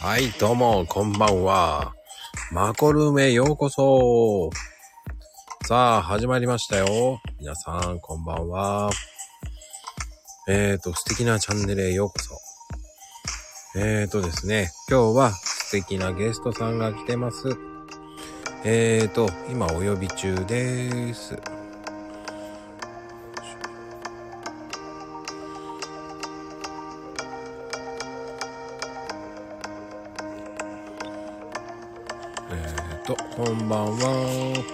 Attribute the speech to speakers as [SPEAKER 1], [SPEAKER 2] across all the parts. [SPEAKER 1] はい、どうも、こんばんは。マコルームへようこそ。さあ、始まりましたよ。皆さん、こんばんは。えーと、素敵なチャンネルへようこそ。えーとですね、今日は素敵なゲストさんが来てます。えーと、今お呼び中です。えーと、こんばんは。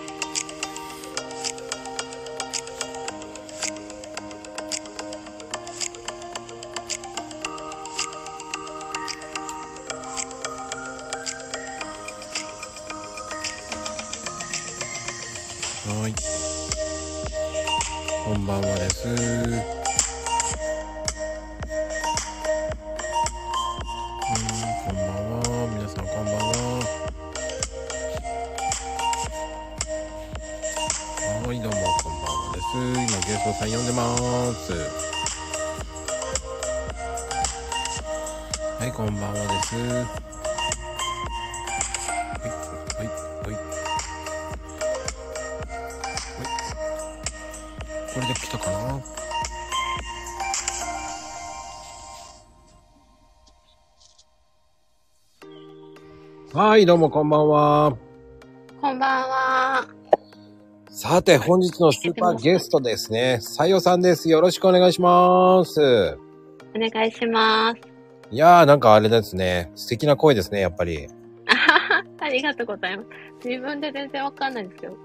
[SPEAKER 1] はーい。こんばんはです。うん、こんばんは。皆さんこんばんは。はーい、どうもこんばんはです。今ゲストさん呼んでます。はい、こんばんはです。はい、はい、はい。これで来たかなはい、どうもこんばんは。
[SPEAKER 2] こんばんは。
[SPEAKER 1] さて、本日のスーパーゲストですね。さよさんです。よろしくお願いします。
[SPEAKER 2] お願いします。
[SPEAKER 1] いやー、なんかあれですね。素敵な声ですね、やっぱり。い
[SPEAKER 2] あははありがとうございます。自分で全然わかんないんですよ。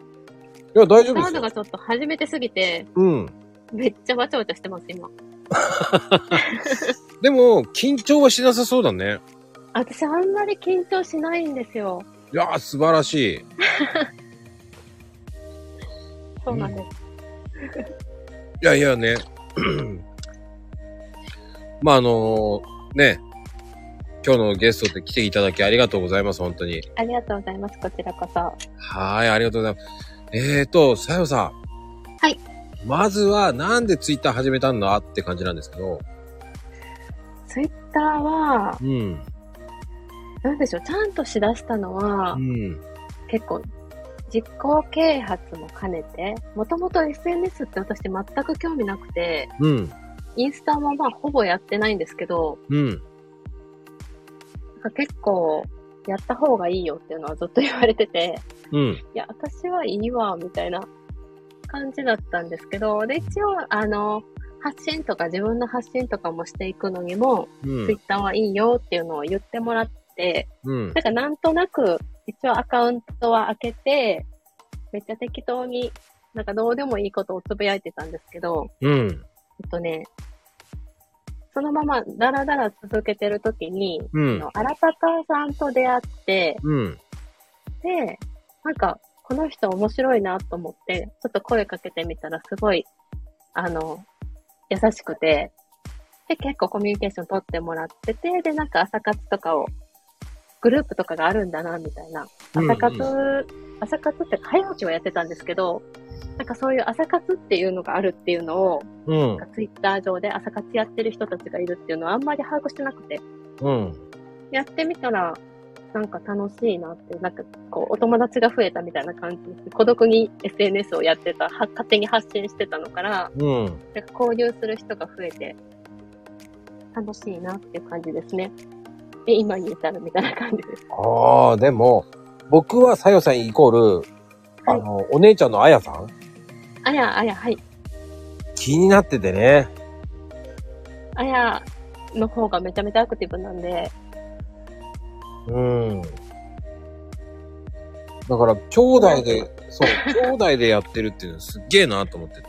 [SPEAKER 1] や、大丈夫で
[SPEAKER 2] サウ
[SPEAKER 1] す
[SPEAKER 2] ンド
[SPEAKER 1] よ。
[SPEAKER 2] がちょっと初めてすぎて、
[SPEAKER 1] うん。
[SPEAKER 2] めっちゃわちゃわちゃしてます、今。
[SPEAKER 1] でも、緊張はしなさそうだね。
[SPEAKER 2] 私、あんまり緊張しないんですよ。
[SPEAKER 1] いやー、素晴らしい。
[SPEAKER 2] そうなんです。
[SPEAKER 1] いやいやね。 まああのね。今日のゲストって来ていただきありがとうございます、本当に。
[SPEAKER 2] ありがとうございます、こちらこそ。
[SPEAKER 1] はーい、ありがとうございます。えーと、さよさん。
[SPEAKER 2] はい。
[SPEAKER 1] まずは、なんでツイッター始めたんだって感じなんですけど。
[SPEAKER 2] ツイッターは、
[SPEAKER 1] うん。
[SPEAKER 2] なんでしょう、ちゃんとしだしたのは
[SPEAKER 1] う、ん。
[SPEAKER 2] 結構、実行啓発も兼ねて、もともと SNS って私全く興味なくて、
[SPEAKER 1] うん。
[SPEAKER 2] インスタもまあほぼやってないんですけど、
[SPEAKER 1] うん。
[SPEAKER 2] なんか結構、やった方がいいよっていうのはずっと言われてて、
[SPEAKER 1] うん。
[SPEAKER 2] いや、私はいいわ、みたいな感じだったんですけど、で、一応、あの、発信とか、自分の発信とかもしていくのにも、
[SPEAKER 1] う
[SPEAKER 2] ツイ
[SPEAKER 1] ん
[SPEAKER 2] ッ。ターはいいよっていうのを言ってもらって、
[SPEAKER 1] うん。
[SPEAKER 2] なんかなんとなく、一応アカウントは開けて、めっちゃ適当に、なんかどうでもいいことをつぶやいてたんですけど、
[SPEAKER 1] うん。
[SPEAKER 2] えっとね、そのままダラダラ続けてるときに、
[SPEAKER 1] うん
[SPEAKER 2] あの。アラパカさんと出会って、
[SPEAKER 1] うん。
[SPEAKER 2] で、なんか、この人面白いなと思って、ちょっと声かけてみたら、すごい、あの、優しくて、で、結構コミュニケーション取ってもらってて、で、なんか朝活とかを、グループとかがあるんだな、みたいな。朝活、
[SPEAKER 1] うん
[SPEAKER 2] 朝活って早起きをやってたんですけど、なんかそういう朝活っていうのがあるっていうのを、
[SPEAKER 1] うん。
[SPEAKER 2] ツイッター上で朝活やってる人たちがいるっていうのはあんまり把握してなくて、
[SPEAKER 1] うん。
[SPEAKER 2] やってみたら、なんか楽しいなって、なんかこう、お友達が増えたみたいな感じで、孤独に SNS をやってた、は勝手に発信してたのから、
[SPEAKER 1] うん。
[SPEAKER 2] なんか交流する人が増えて、楽しいなっていう感じですね。で、今に至るみたいな感じです。
[SPEAKER 1] ああ、でも、僕はさよさんイコール、あの、お姉ちゃんのあやさん
[SPEAKER 2] あや、あや、はい。
[SPEAKER 1] 気になっててね。
[SPEAKER 2] あやの方がめちゃめちゃアクティブなんで、
[SPEAKER 1] うん。だから、兄弟で、そう、兄弟でやってるっていうのすっげえなと思ってて。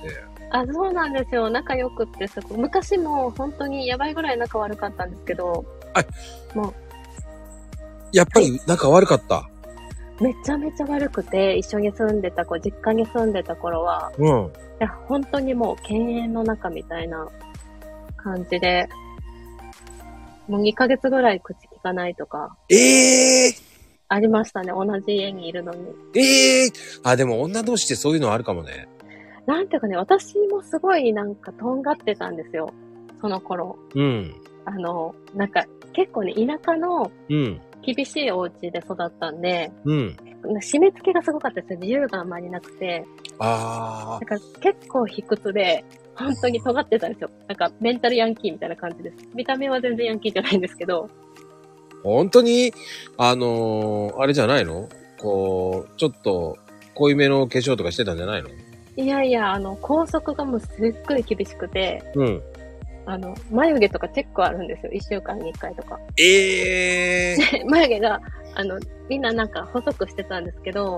[SPEAKER 2] あ、そうなんですよ。仲良くってすごい。昔も本当にやばいぐらい仲悪かったんですけど、
[SPEAKER 1] やっぱり仲悪かった。
[SPEAKER 2] めちゃめちゃ悪くて、一緒に住んでた子、実家に住んでた頃は、
[SPEAKER 1] うん。
[SPEAKER 2] いや、本当にもう犬猿の中みたいな感じで、もう2ヶ月ぐらい口聞かないとか、
[SPEAKER 1] ええ
[SPEAKER 2] ありましたね。同じ家にいるのに。
[SPEAKER 1] ええあ、でも女同士ってそういうのあるかもね。
[SPEAKER 2] なんていうかね、私もすごいなんかとんがってたんですよ。その頃。
[SPEAKER 1] うん。
[SPEAKER 2] あの、なんか、結構ね、田舎の
[SPEAKER 1] うん。
[SPEAKER 2] 厳しいお家で育ったんで、
[SPEAKER 1] うん。
[SPEAKER 2] 締め付けがすごかったですよ。自由があんまりなくて。
[SPEAKER 1] あ
[SPEAKER 2] なんか結構卑屈で、本当に尖ってたんですよ。なんかメンタルヤンキーみたいな感じです。見た目は全然ヤンキーじゃないんですけ
[SPEAKER 1] あ、
[SPEAKER 2] ど、
[SPEAKER 1] 本当に、あのーあれじゃないのこう、ちょっと、濃いめの化粧とかしてたんじゃないの
[SPEAKER 2] いやいや、あの、校則がもうすっごい厳しくて、
[SPEAKER 1] うん。
[SPEAKER 2] あの、眉毛とかチェックあるんですよ。一週間に一回とか。
[SPEAKER 1] ええー。
[SPEAKER 2] で眉毛が、あの、みんななんか細くしてたんですけど、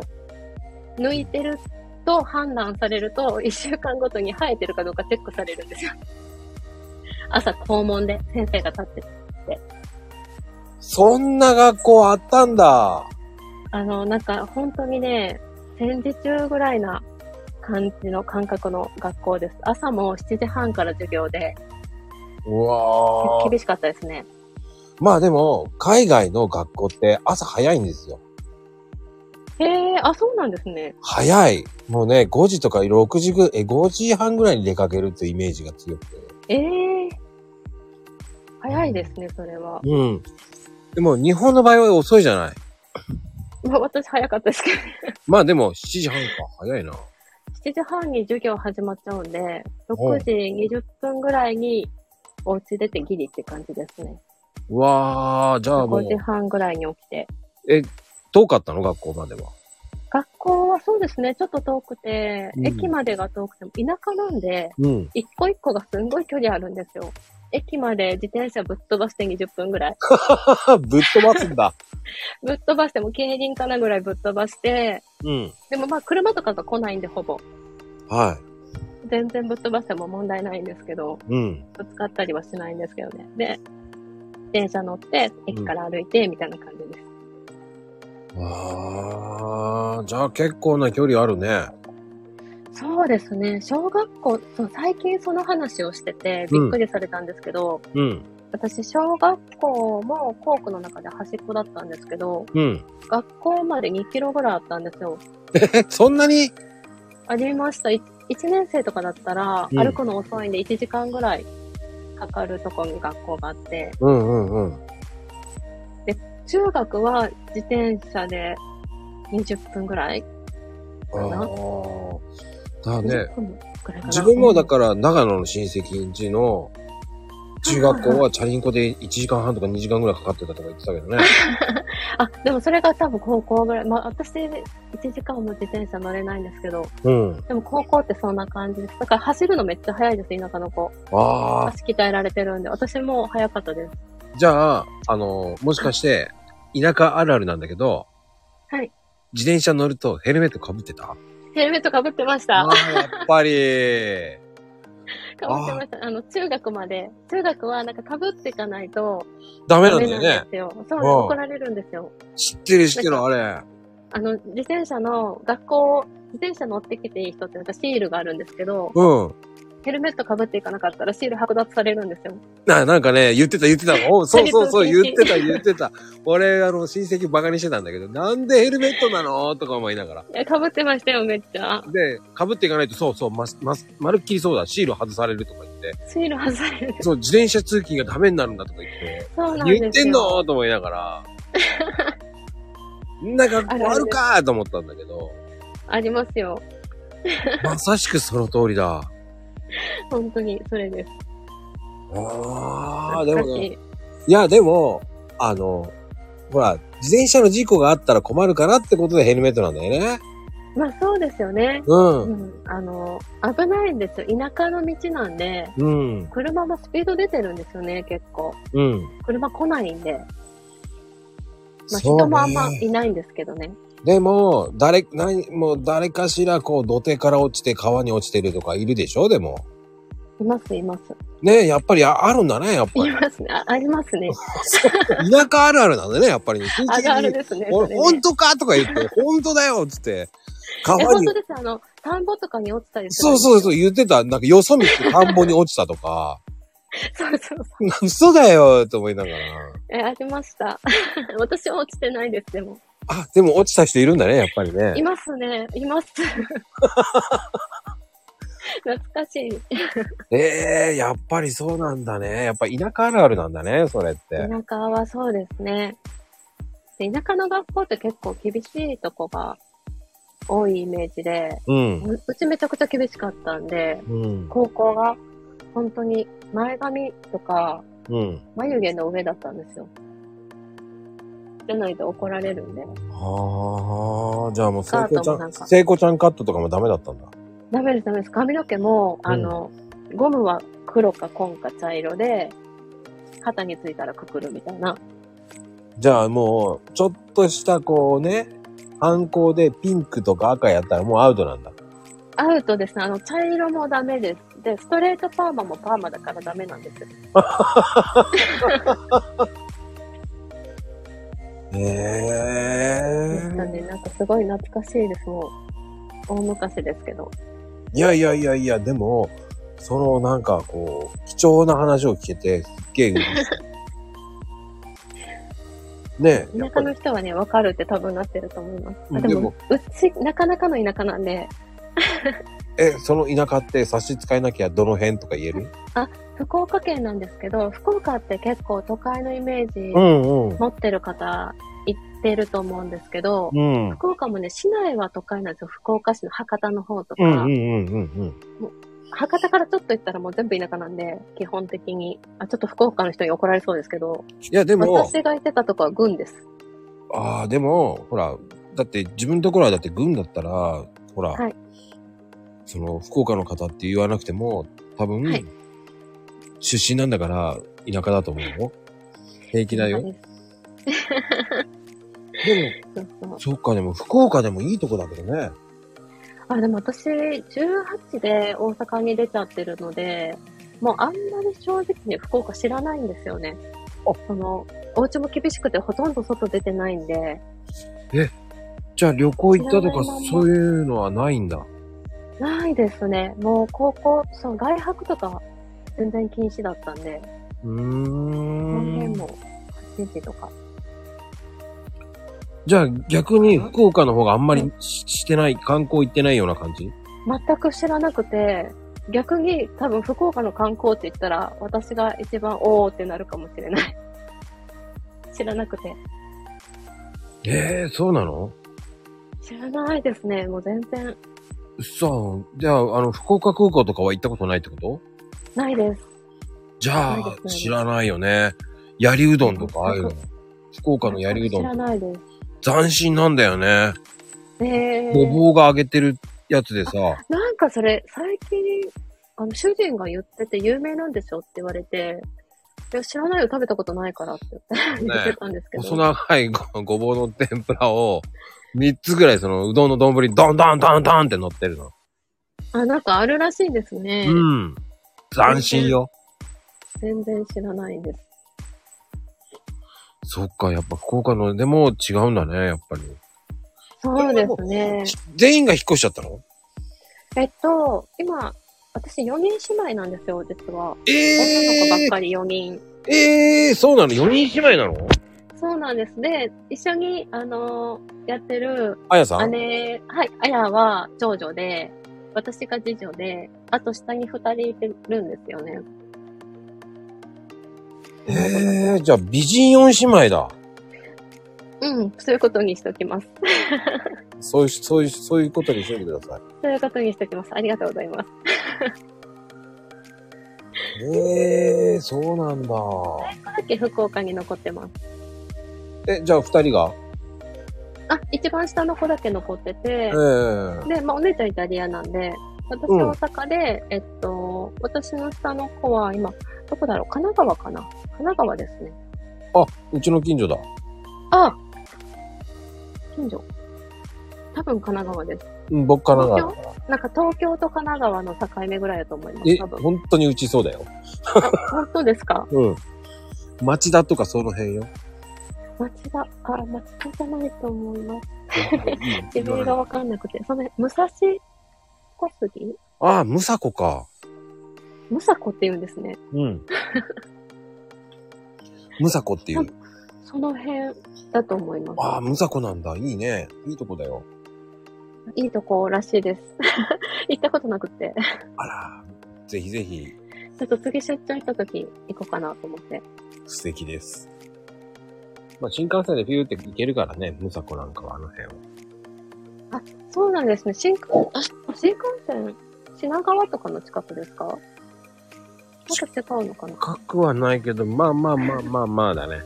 [SPEAKER 2] 抜いてると判断されると、一週間ごとに生えてるかどうかチェックされるんですよ。朝、校門で先生が立って
[SPEAKER 1] そんな学校あったんだ。
[SPEAKER 2] あの、なんか本当にね、戦時中ぐらいな感じの感覚の学校です。朝も7時半から授業で、
[SPEAKER 1] うわー
[SPEAKER 2] 厳しかったですね。
[SPEAKER 1] まあでも、海外の学校って朝早いんですよ。
[SPEAKER 2] へえ、あ、そうなんですね。
[SPEAKER 1] 早い。もうね、5時とか6時ぐ、え、5時半ぐらいに出かけるっていうイメージが強くて。
[SPEAKER 2] ええ早いですね、それは。
[SPEAKER 1] うん。でも日本の場合は遅いじゃない。
[SPEAKER 2] まあ、私早かったですけど、
[SPEAKER 1] まあでも7時半か、早いな。
[SPEAKER 2] 7時半に授業始まっちゃうんで、6時20分ぐらいにお家出てギリって感じですね。
[SPEAKER 1] うわー、じゃあもう
[SPEAKER 2] 5、時半ぐらいに起きて。
[SPEAKER 1] 遠かったの学校までは。
[SPEAKER 2] 学校はそうですね、ちょっと遠くて、
[SPEAKER 1] うん
[SPEAKER 2] 駅までが遠くても、田舎なんで、
[SPEAKER 1] うん。
[SPEAKER 2] 一個一個がすんごい距離あるんですよ。駅まで自転車ぶっ飛ばして20分ぐらい。
[SPEAKER 1] ぶっ飛ばすんだ。
[SPEAKER 2] ぶっ飛ばしても競輪かなぐらいぶっ飛ばして、
[SPEAKER 1] うん。
[SPEAKER 2] でもまあ車とかが来ないんでほぼ。
[SPEAKER 1] は
[SPEAKER 2] 全然ぶっ飛ばしても問題ないんですけど、
[SPEAKER 1] い。うん。
[SPEAKER 2] ぶつかったりはしないんですけどね。で、電車乗って、駅から歩いて、みたいな感じです。
[SPEAKER 1] あー、じゃあ結構な距離あるね。
[SPEAKER 2] そうですね、小学校、そう最近その話をしてて、
[SPEAKER 1] うん
[SPEAKER 2] びっくりされたんですけど、
[SPEAKER 1] うん。
[SPEAKER 2] 私、小学校も校区の中で端っこだったんですけど、
[SPEAKER 1] うん。
[SPEAKER 2] 学校まで2キロぐらいあったんですよ。
[SPEAKER 1] え、そんなに
[SPEAKER 2] ありました。1年生とかだったら、
[SPEAKER 1] うん
[SPEAKER 2] 歩くの遅いんで1時間ぐらいかかるとこに学校があって、
[SPEAKER 1] うんうんうん。
[SPEAKER 2] 中学は自転車で20分ぐらい
[SPEAKER 1] あ
[SPEAKER 2] かな
[SPEAKER 1] ー。だからね、
[SPEAKER 2] 20分ぐらいかな
[SPEAKER 1] 自分もだから長野の親戚んちの中学校はチャリンコで1時間半とか2時間ぐらいかかってたとか言ってたけどね。
[SPEAKER 2] あ、でもそれが多分高校ぐらい。まあ私、1時間も自転車乗れないんですけど、
[SPEAKER 1] うん。
[SPEAKER 2] でも高校ってそんな感じです。だから走るのめっちゃ速いです、田舎の子。
[SPEAKER 1] ああ。
[SPEAKER 2] 足鍛えられてるんで、私も速かったです。
[SPEAKER 1] じゃあ、あの、もしかして、田舎あるあるなんだけど、
[SPEAKER 2] はい。
[SPEAKER 1] 自転車乗るとヘルメット被ってた
[SPEAKER 2] ヘルメットかぶってまし
[SPEAKER 1] あ
[SPEAKER 2] た。
[SPEAKER 1] あ、やっぱり。
[SPEAKER 2] かぶってました。あの、中学まで。中学はなんかかぶっていかないと
[SPEAKER 1] ダメ
[SPEAKER 2] ダ
[SPEAKER 1] なんだよ
[SPEAKER 2] メなん
[SPEAKER 1] ね
[SPEAKER 2] で。すよ。そう
[SPEAKER 1] うん
[SPEAKER 2] 怒られるんですよ。
[SPEAKER 1] 知ってる知ってる、あれ。
[SPEAKER 2] あの、自転車の学校、自転車乗ってきていい人ってなんかシールがあるんですけど、
[SPEAKER 1] うん。
[SPEAKER 2] ヘルメットかぶっていかなかったらシール剥奪されるんですよ。
[SPEAKER 1] な、なんかね、言ってた言ってた。 おそうそうそう、言
[SPEAKER 2] 何
[SPEAKER 1] ってた言ってた。俺、あの、親戚バカにしてたんだけど、なんでヘルメットなのとか思いながら。
[SPEAKER 2] え、かぶってましたよ、めっちゃ。
[SPEAKER 1] で、被っていかないと、そうそう、ま、ま、まるっきりそうだ、シール外されるとか言って、
[SPEAKER 2] シール外される。
[SPEAKER 1] そう、自転車通勤がダメになるんだとか言って、
[SPEAKER 2] そうなんですよ。
[SPEAKER 1] 言ってんのと思いなが ら、そんな学校あるかと思ったんだけど、
[SPEAKER 2] ありますよ。
[SPEAKER 1] まさしくその通りだ。
[SPEAKER 2] 本当に、それです。
[SPEAKER 1] ああ、でも
[SPEAKER 2] 懐かし
[SPEAKER 1] ね、
[SPEAKER 2] い
[SPEAKER 1] いや、でも、あの、ほら、自転車の事故があったら困るからってことでヘルメットなんだよね。
[SPEAKER 2] まあそうですよね。
[SPEAKER 1] う。
[SPEAKER 2] うんん。あの、危ないんですよ。田舎の道なんで、
[SPEAKER 1] うん。
[SPEAKER 2] 車もスピード出てるんですよね、結構。
[SPEAKER 1] うん。
[SPEAKER 2] 車来ないんで。まあ、
[SPEAKER 1] そう
[SPEAKER 2] 人もあんま
[SPEAKER 1] ね
[SPEAKER 2] いないんですけどね。
[SPEAKER 1] でも、誰、何、もう誰かしら、こう、土手から落ちて川に落ちてるとかいるでしょでも。
[SPEAKER 2] います、います。
[SPEAKER 1] ねやっぱりああるんだね、やっぱり。
[SPEAKER 2] い ますね。あありますね。
[SPEAKER 1] 田舎あるあるなんだね、やっぱり、ね。親
[SPEAKER 2] あるあ
[SPEAKER 1] 戚
[SPEAKER 2] る
[SPEAKER 1] に
[SPEAKER 2] ですね。そ
[SPEAKER 1] 俺、
[SPEAKER 2] れ
[SPEAKER 1] 本
[SPEAKER 2] ね
[SPEAKER 1] 当かとか言って、本当だよっつって、
[SPEAKER 2] え、
[SPEAKER 1] 川
[SPEAKER 2] 本
[SPEAKER 1] に
[SPEAKER 2] 当。です。あの、田んぼとかに落ちたりす
[SPEAKER 1] そ
[SPEAKER 2] る
[SPEAKER 1] うそう
[SPEAKER 2] う。
[SPEAKER 1] そう、言ってた。なんか、よそ見て田んぼに落ちたとか、
[SPEAKER 2] そうそうそう。
[SPEAKER 1] 嘘だよと思いながら。
[SPEAKER 2] え、ありました。 私は落ちてないです、でも。
[SPEAKER 1] あ、で も落ちた人いるんだね、やっぱりね
[SPEAKER 2] い。ますね。います。懐かしい。
[SPEAKER 1] ええやっぱりそうなんだね。やっぱ田舎あるあるなんだね、それって。
[SPEAKER 2] 田舎はそうですね。で田舎の学校って結構厳しいとこが多いイメージで、
[SPEAKER 1] うん。
[SPEAKER 2] ううちめちゃくちゃ厳しかったんで、
[SPEAKER 1] うん。
[SPEAKER 2] 高校が本当に前髪とか
[SPEAKER 1] うん。
[SPEAKER 2] 眉毛の上だったんですよ。じゃないと怒られるんで。
[SPEAKER 1] ああ、じゃあもう聖
[SPEAKER 2] カート
[SPEAKER 1] 子
[SPEAKER 2] も
[SPEAKER 1] ちゃ
[SPEAKER 2] なん
[SPEAKER 1] ん、
[SPEAKER 2] か
[SPEAKER 1] 聖子ちゃんカットとかもダメだったんだ。
[SPEAKER 2] ダメです、ダメです。髪の毛も、あの、ゴムは黒か紺か茶色で、肩についたらくくるみたいな。
[SPEAKER 1] じゃあもう、ちょっとしたこうね、犯行でピンクとか赤やったらもうアウトなんだ。
[SPEAKER 2] アウトですね。あの、茶色もダメです。で、ストレートパーマもパーマだからダメなんですよ。
[SPEAKER 1] え
[SPEAKER 2] なん
[SPEAKER 1] え
[SPEAKER 2] で、なんかすごい懐かしいです。もう、大昔ですけど。
[SPEAKER 1] いやいやいやいや、でも、そのなんかこう、貴重な話を聞けて、すっげえ嬉し い。ねえ、や
[SPEAKER 2] 田
[SPEAKER 1] っぱり
[SPEAKER 2] 舎の人はね、わかるって多分なってると思います。あ
[SPEAKER 1] で
[SPEAKER 2] で
[SPEAKER 1] も
[SPEAKER 2] も、うち、なかなかの田舎なんで、
[SPEAKER 1] え、その田舎って差し支えなきゃどの辺とか言える
[SPEAKER 2] 福岡県なんですけど、福岡って結構都会のイメージ
[SPEAKER 1] んうん。
[SPEAKER 2] 持ってる方、行ってると思うんですけど、
[SPEAKER 1] うん。うん
[SPEAKER 2] 福岡もね、市内は都会なんですよ。福岡市の博多の方とか、
[SPEAKER 1] うんうんうん
[SPEAKER 2] 博多からちょっと行ったらもう全部田舎なんで、基本的に。あ、ちょっと福岡の人に怒られそうですけど、
[SPEAKER 1] いや、でも、
[SPEAKER 2] 私が行ってたとこは郡です。
[SPEAKER 1] ああ、でも、ほら、だって自分のところはだって軍だったら、ほら、
[SPEAKER 2] はい
[SPEAKER 1] その福岡の方って言わなくても、多分、
[SPEAKER 2] はい
[SPEAKER 1] 出身なんだから田舎だと思うよ。平気だよ。
[SPEAKER 2] そう
[SPEAKER 1] で
[SPEAKER 2] そうそう
[SPEAKER 1] も、そっか、でも福岡でもいいとこだけどね。
[SPEAKER 2] あ、でも私、18で大阪に出ちゃってるので、もうあんまり正直に福岡知らないんですよね。その、お家も厳しくてほとんど外出てないんで、
[SPEAKER 1] じゃあ旅行行ったとか
[SPEAKER 2] 知らないまんま
[SPEAKER 1] そういうのはないんだ。
[SPEAKER 2] ないですね。もう高校、その外泊とか全然禁止だったんで、
[SPEAKER 1] うー
[SPEAKER 2] この
[SPEAKER 1] ん
[SPEAKER 2] 辺。も8時とか。
[SPEAKER 1] じゃあ逆に福岡の方があんまりししてない、観光行ってないような感じ
[SPEAKER 2] 全く知らなくて、逆に多分福岡の観光って言ったら、私が一番おーってなるかもしれない。 知らなくて。
[SPEAKER 1] ええそうなの
[SPEAKER 2] 知らないですね。もう全然
[SPEAKER 1] そう。じゃあ、あの、福岡空港とかは行ったことないってこと
[SPEAKER 2] ないです。
[SPEAKER 1] じゃ
[SPEAKER 2] ない
[SPEAKER 1] あ
[SPEAKER 2] で、すね
[SPEAKER 1] 知らないよね。やりうどんとかああいうの
[SPEAKER 2] 全。
[SPEAKER 1] 福岡のやりうど
[SPEAKER 2] 知ら
[SPEAKER 1] ん。
[SPEAKER 2] ないです。
[SPEAKER 1] 斬新なんだよね。
[SPEAKER 2] え
[SPEAKER 1] ご
[SPEAKER 2] ー、
[SPEAKER 1] ぼうが揚げてるやつでさ。
[SPEAKER 2] なんかそれ、最近、あの、主人が言ってて有名なんでしょって言われて、いや、知らないよ、食べたことないからって言って言ってたんですけど。
[SPEAKER 1] 細長いごごぼうの天ぷらを、3つぐらいそのうどんの丼にドンドンドンドンって乗ってるの。
[SPEAKER 2] あ、なんかあるらしいですね。
[SPEAKER 1] うん。斬新よ。
[SPEAKER 2] 全然知らないです。
[SPEAKER 1] そっか、やっぱ福岡のでも違うんだね、やっぱり。
[SPEAKER 2] そうですね。
[SPEAKER 1] 全員が引っ越しちゃったの
[SPEAKER 2] えっと、今、私4人姉妹なんですよ、実は。女の子ばっ
[SPEAKER 1] ええ
[SPEAKER 2] かり4人。
[SPEAKER 1] ー、えー、そうなの ?4 人姉妹なの
[SPEAKER 2] そうなんです。で、一緒に、あのやってる
[SPEAKER 1] あやさん
[SPEAKER 2] 姉、はい、あやは長女で、私が次女で、あと下に2人いてるんですよね。
[SPEAKER 1] ええじゃあ美人4姉妹だ。
[SPEAKER 2] うん、そういうことにしときます。
[SPEAKER 1] そういう、そういう、そういうことにしといてください。
[SPEAKER 2] そういうことにしときます。ありがとうございます。
[SPEAKER 1] ええそうなんだ。
[SPEAKER 2] さっき福岡に残ってます。
[SPEAKER 1] え、じゃあ二人が
[SPEAKER 2] あ、一番下の子だけ残ってて
[SPEAKER 1] ええ、
[SPEAKER 2] で、まあ、お姉ちゃんイタリアなんで、私
[SPEAKER 1] うん
[SPEAKER 2] 大阪で、えっと、私の下の子は今、どこだろう神奈川かな神奈川ですね。
[SPEAKER 1] あ、うちの近所だ。
[SPEAKER 2] あ近所。多分神奈川です。
[SPEAKER 1] うん、僕神奈川だから。
[SPEAKER 2] なんか東京と神奈川の境目ぐらいだと思いま
[SPEAKER 1] え
[SPEAKER 2] す。多、分。
[SPEAKER 1] 本当にうちそうだよ。
[SPEAKER 2] 本当ですか
[SPEAKER 1] うん。町田とかその辺よ。
[SPEAKER 2] 町田、あ、町田じゃないと 思います。自分がわかんなくて。その辺、武蔵小杉
[SPEAKER 1] ああ、ムサコか。
[SPEAKER 2] 武蔵小って言うんですね。
[SPEAKER 1] うん。 ムサコっていう。
[SPEAKER 2] その辺だと思います。
[SPEAKER 1] ああ、ムサコなんだ。いいね。いいとこだよ。
[SPEAKER 2] いいとこらしいです。 行ったことなくて。
[SPEAKER 1] あら、ぜひぜひ、
[SPEAKER 2] ちょっと次出張行った時行こうかなと思って。
[SPEAKER 1] 素敵です。まあ、新幹線でビューって行けるからね、ムサコなんかはあの辺を。
[SPEAKER 2] そうなんですね。新幹、あ新幹線、品川とかの近くですかまた違うのかな
[SPEAKER 1] 深くはないけど、まあまあまあまあまあだね。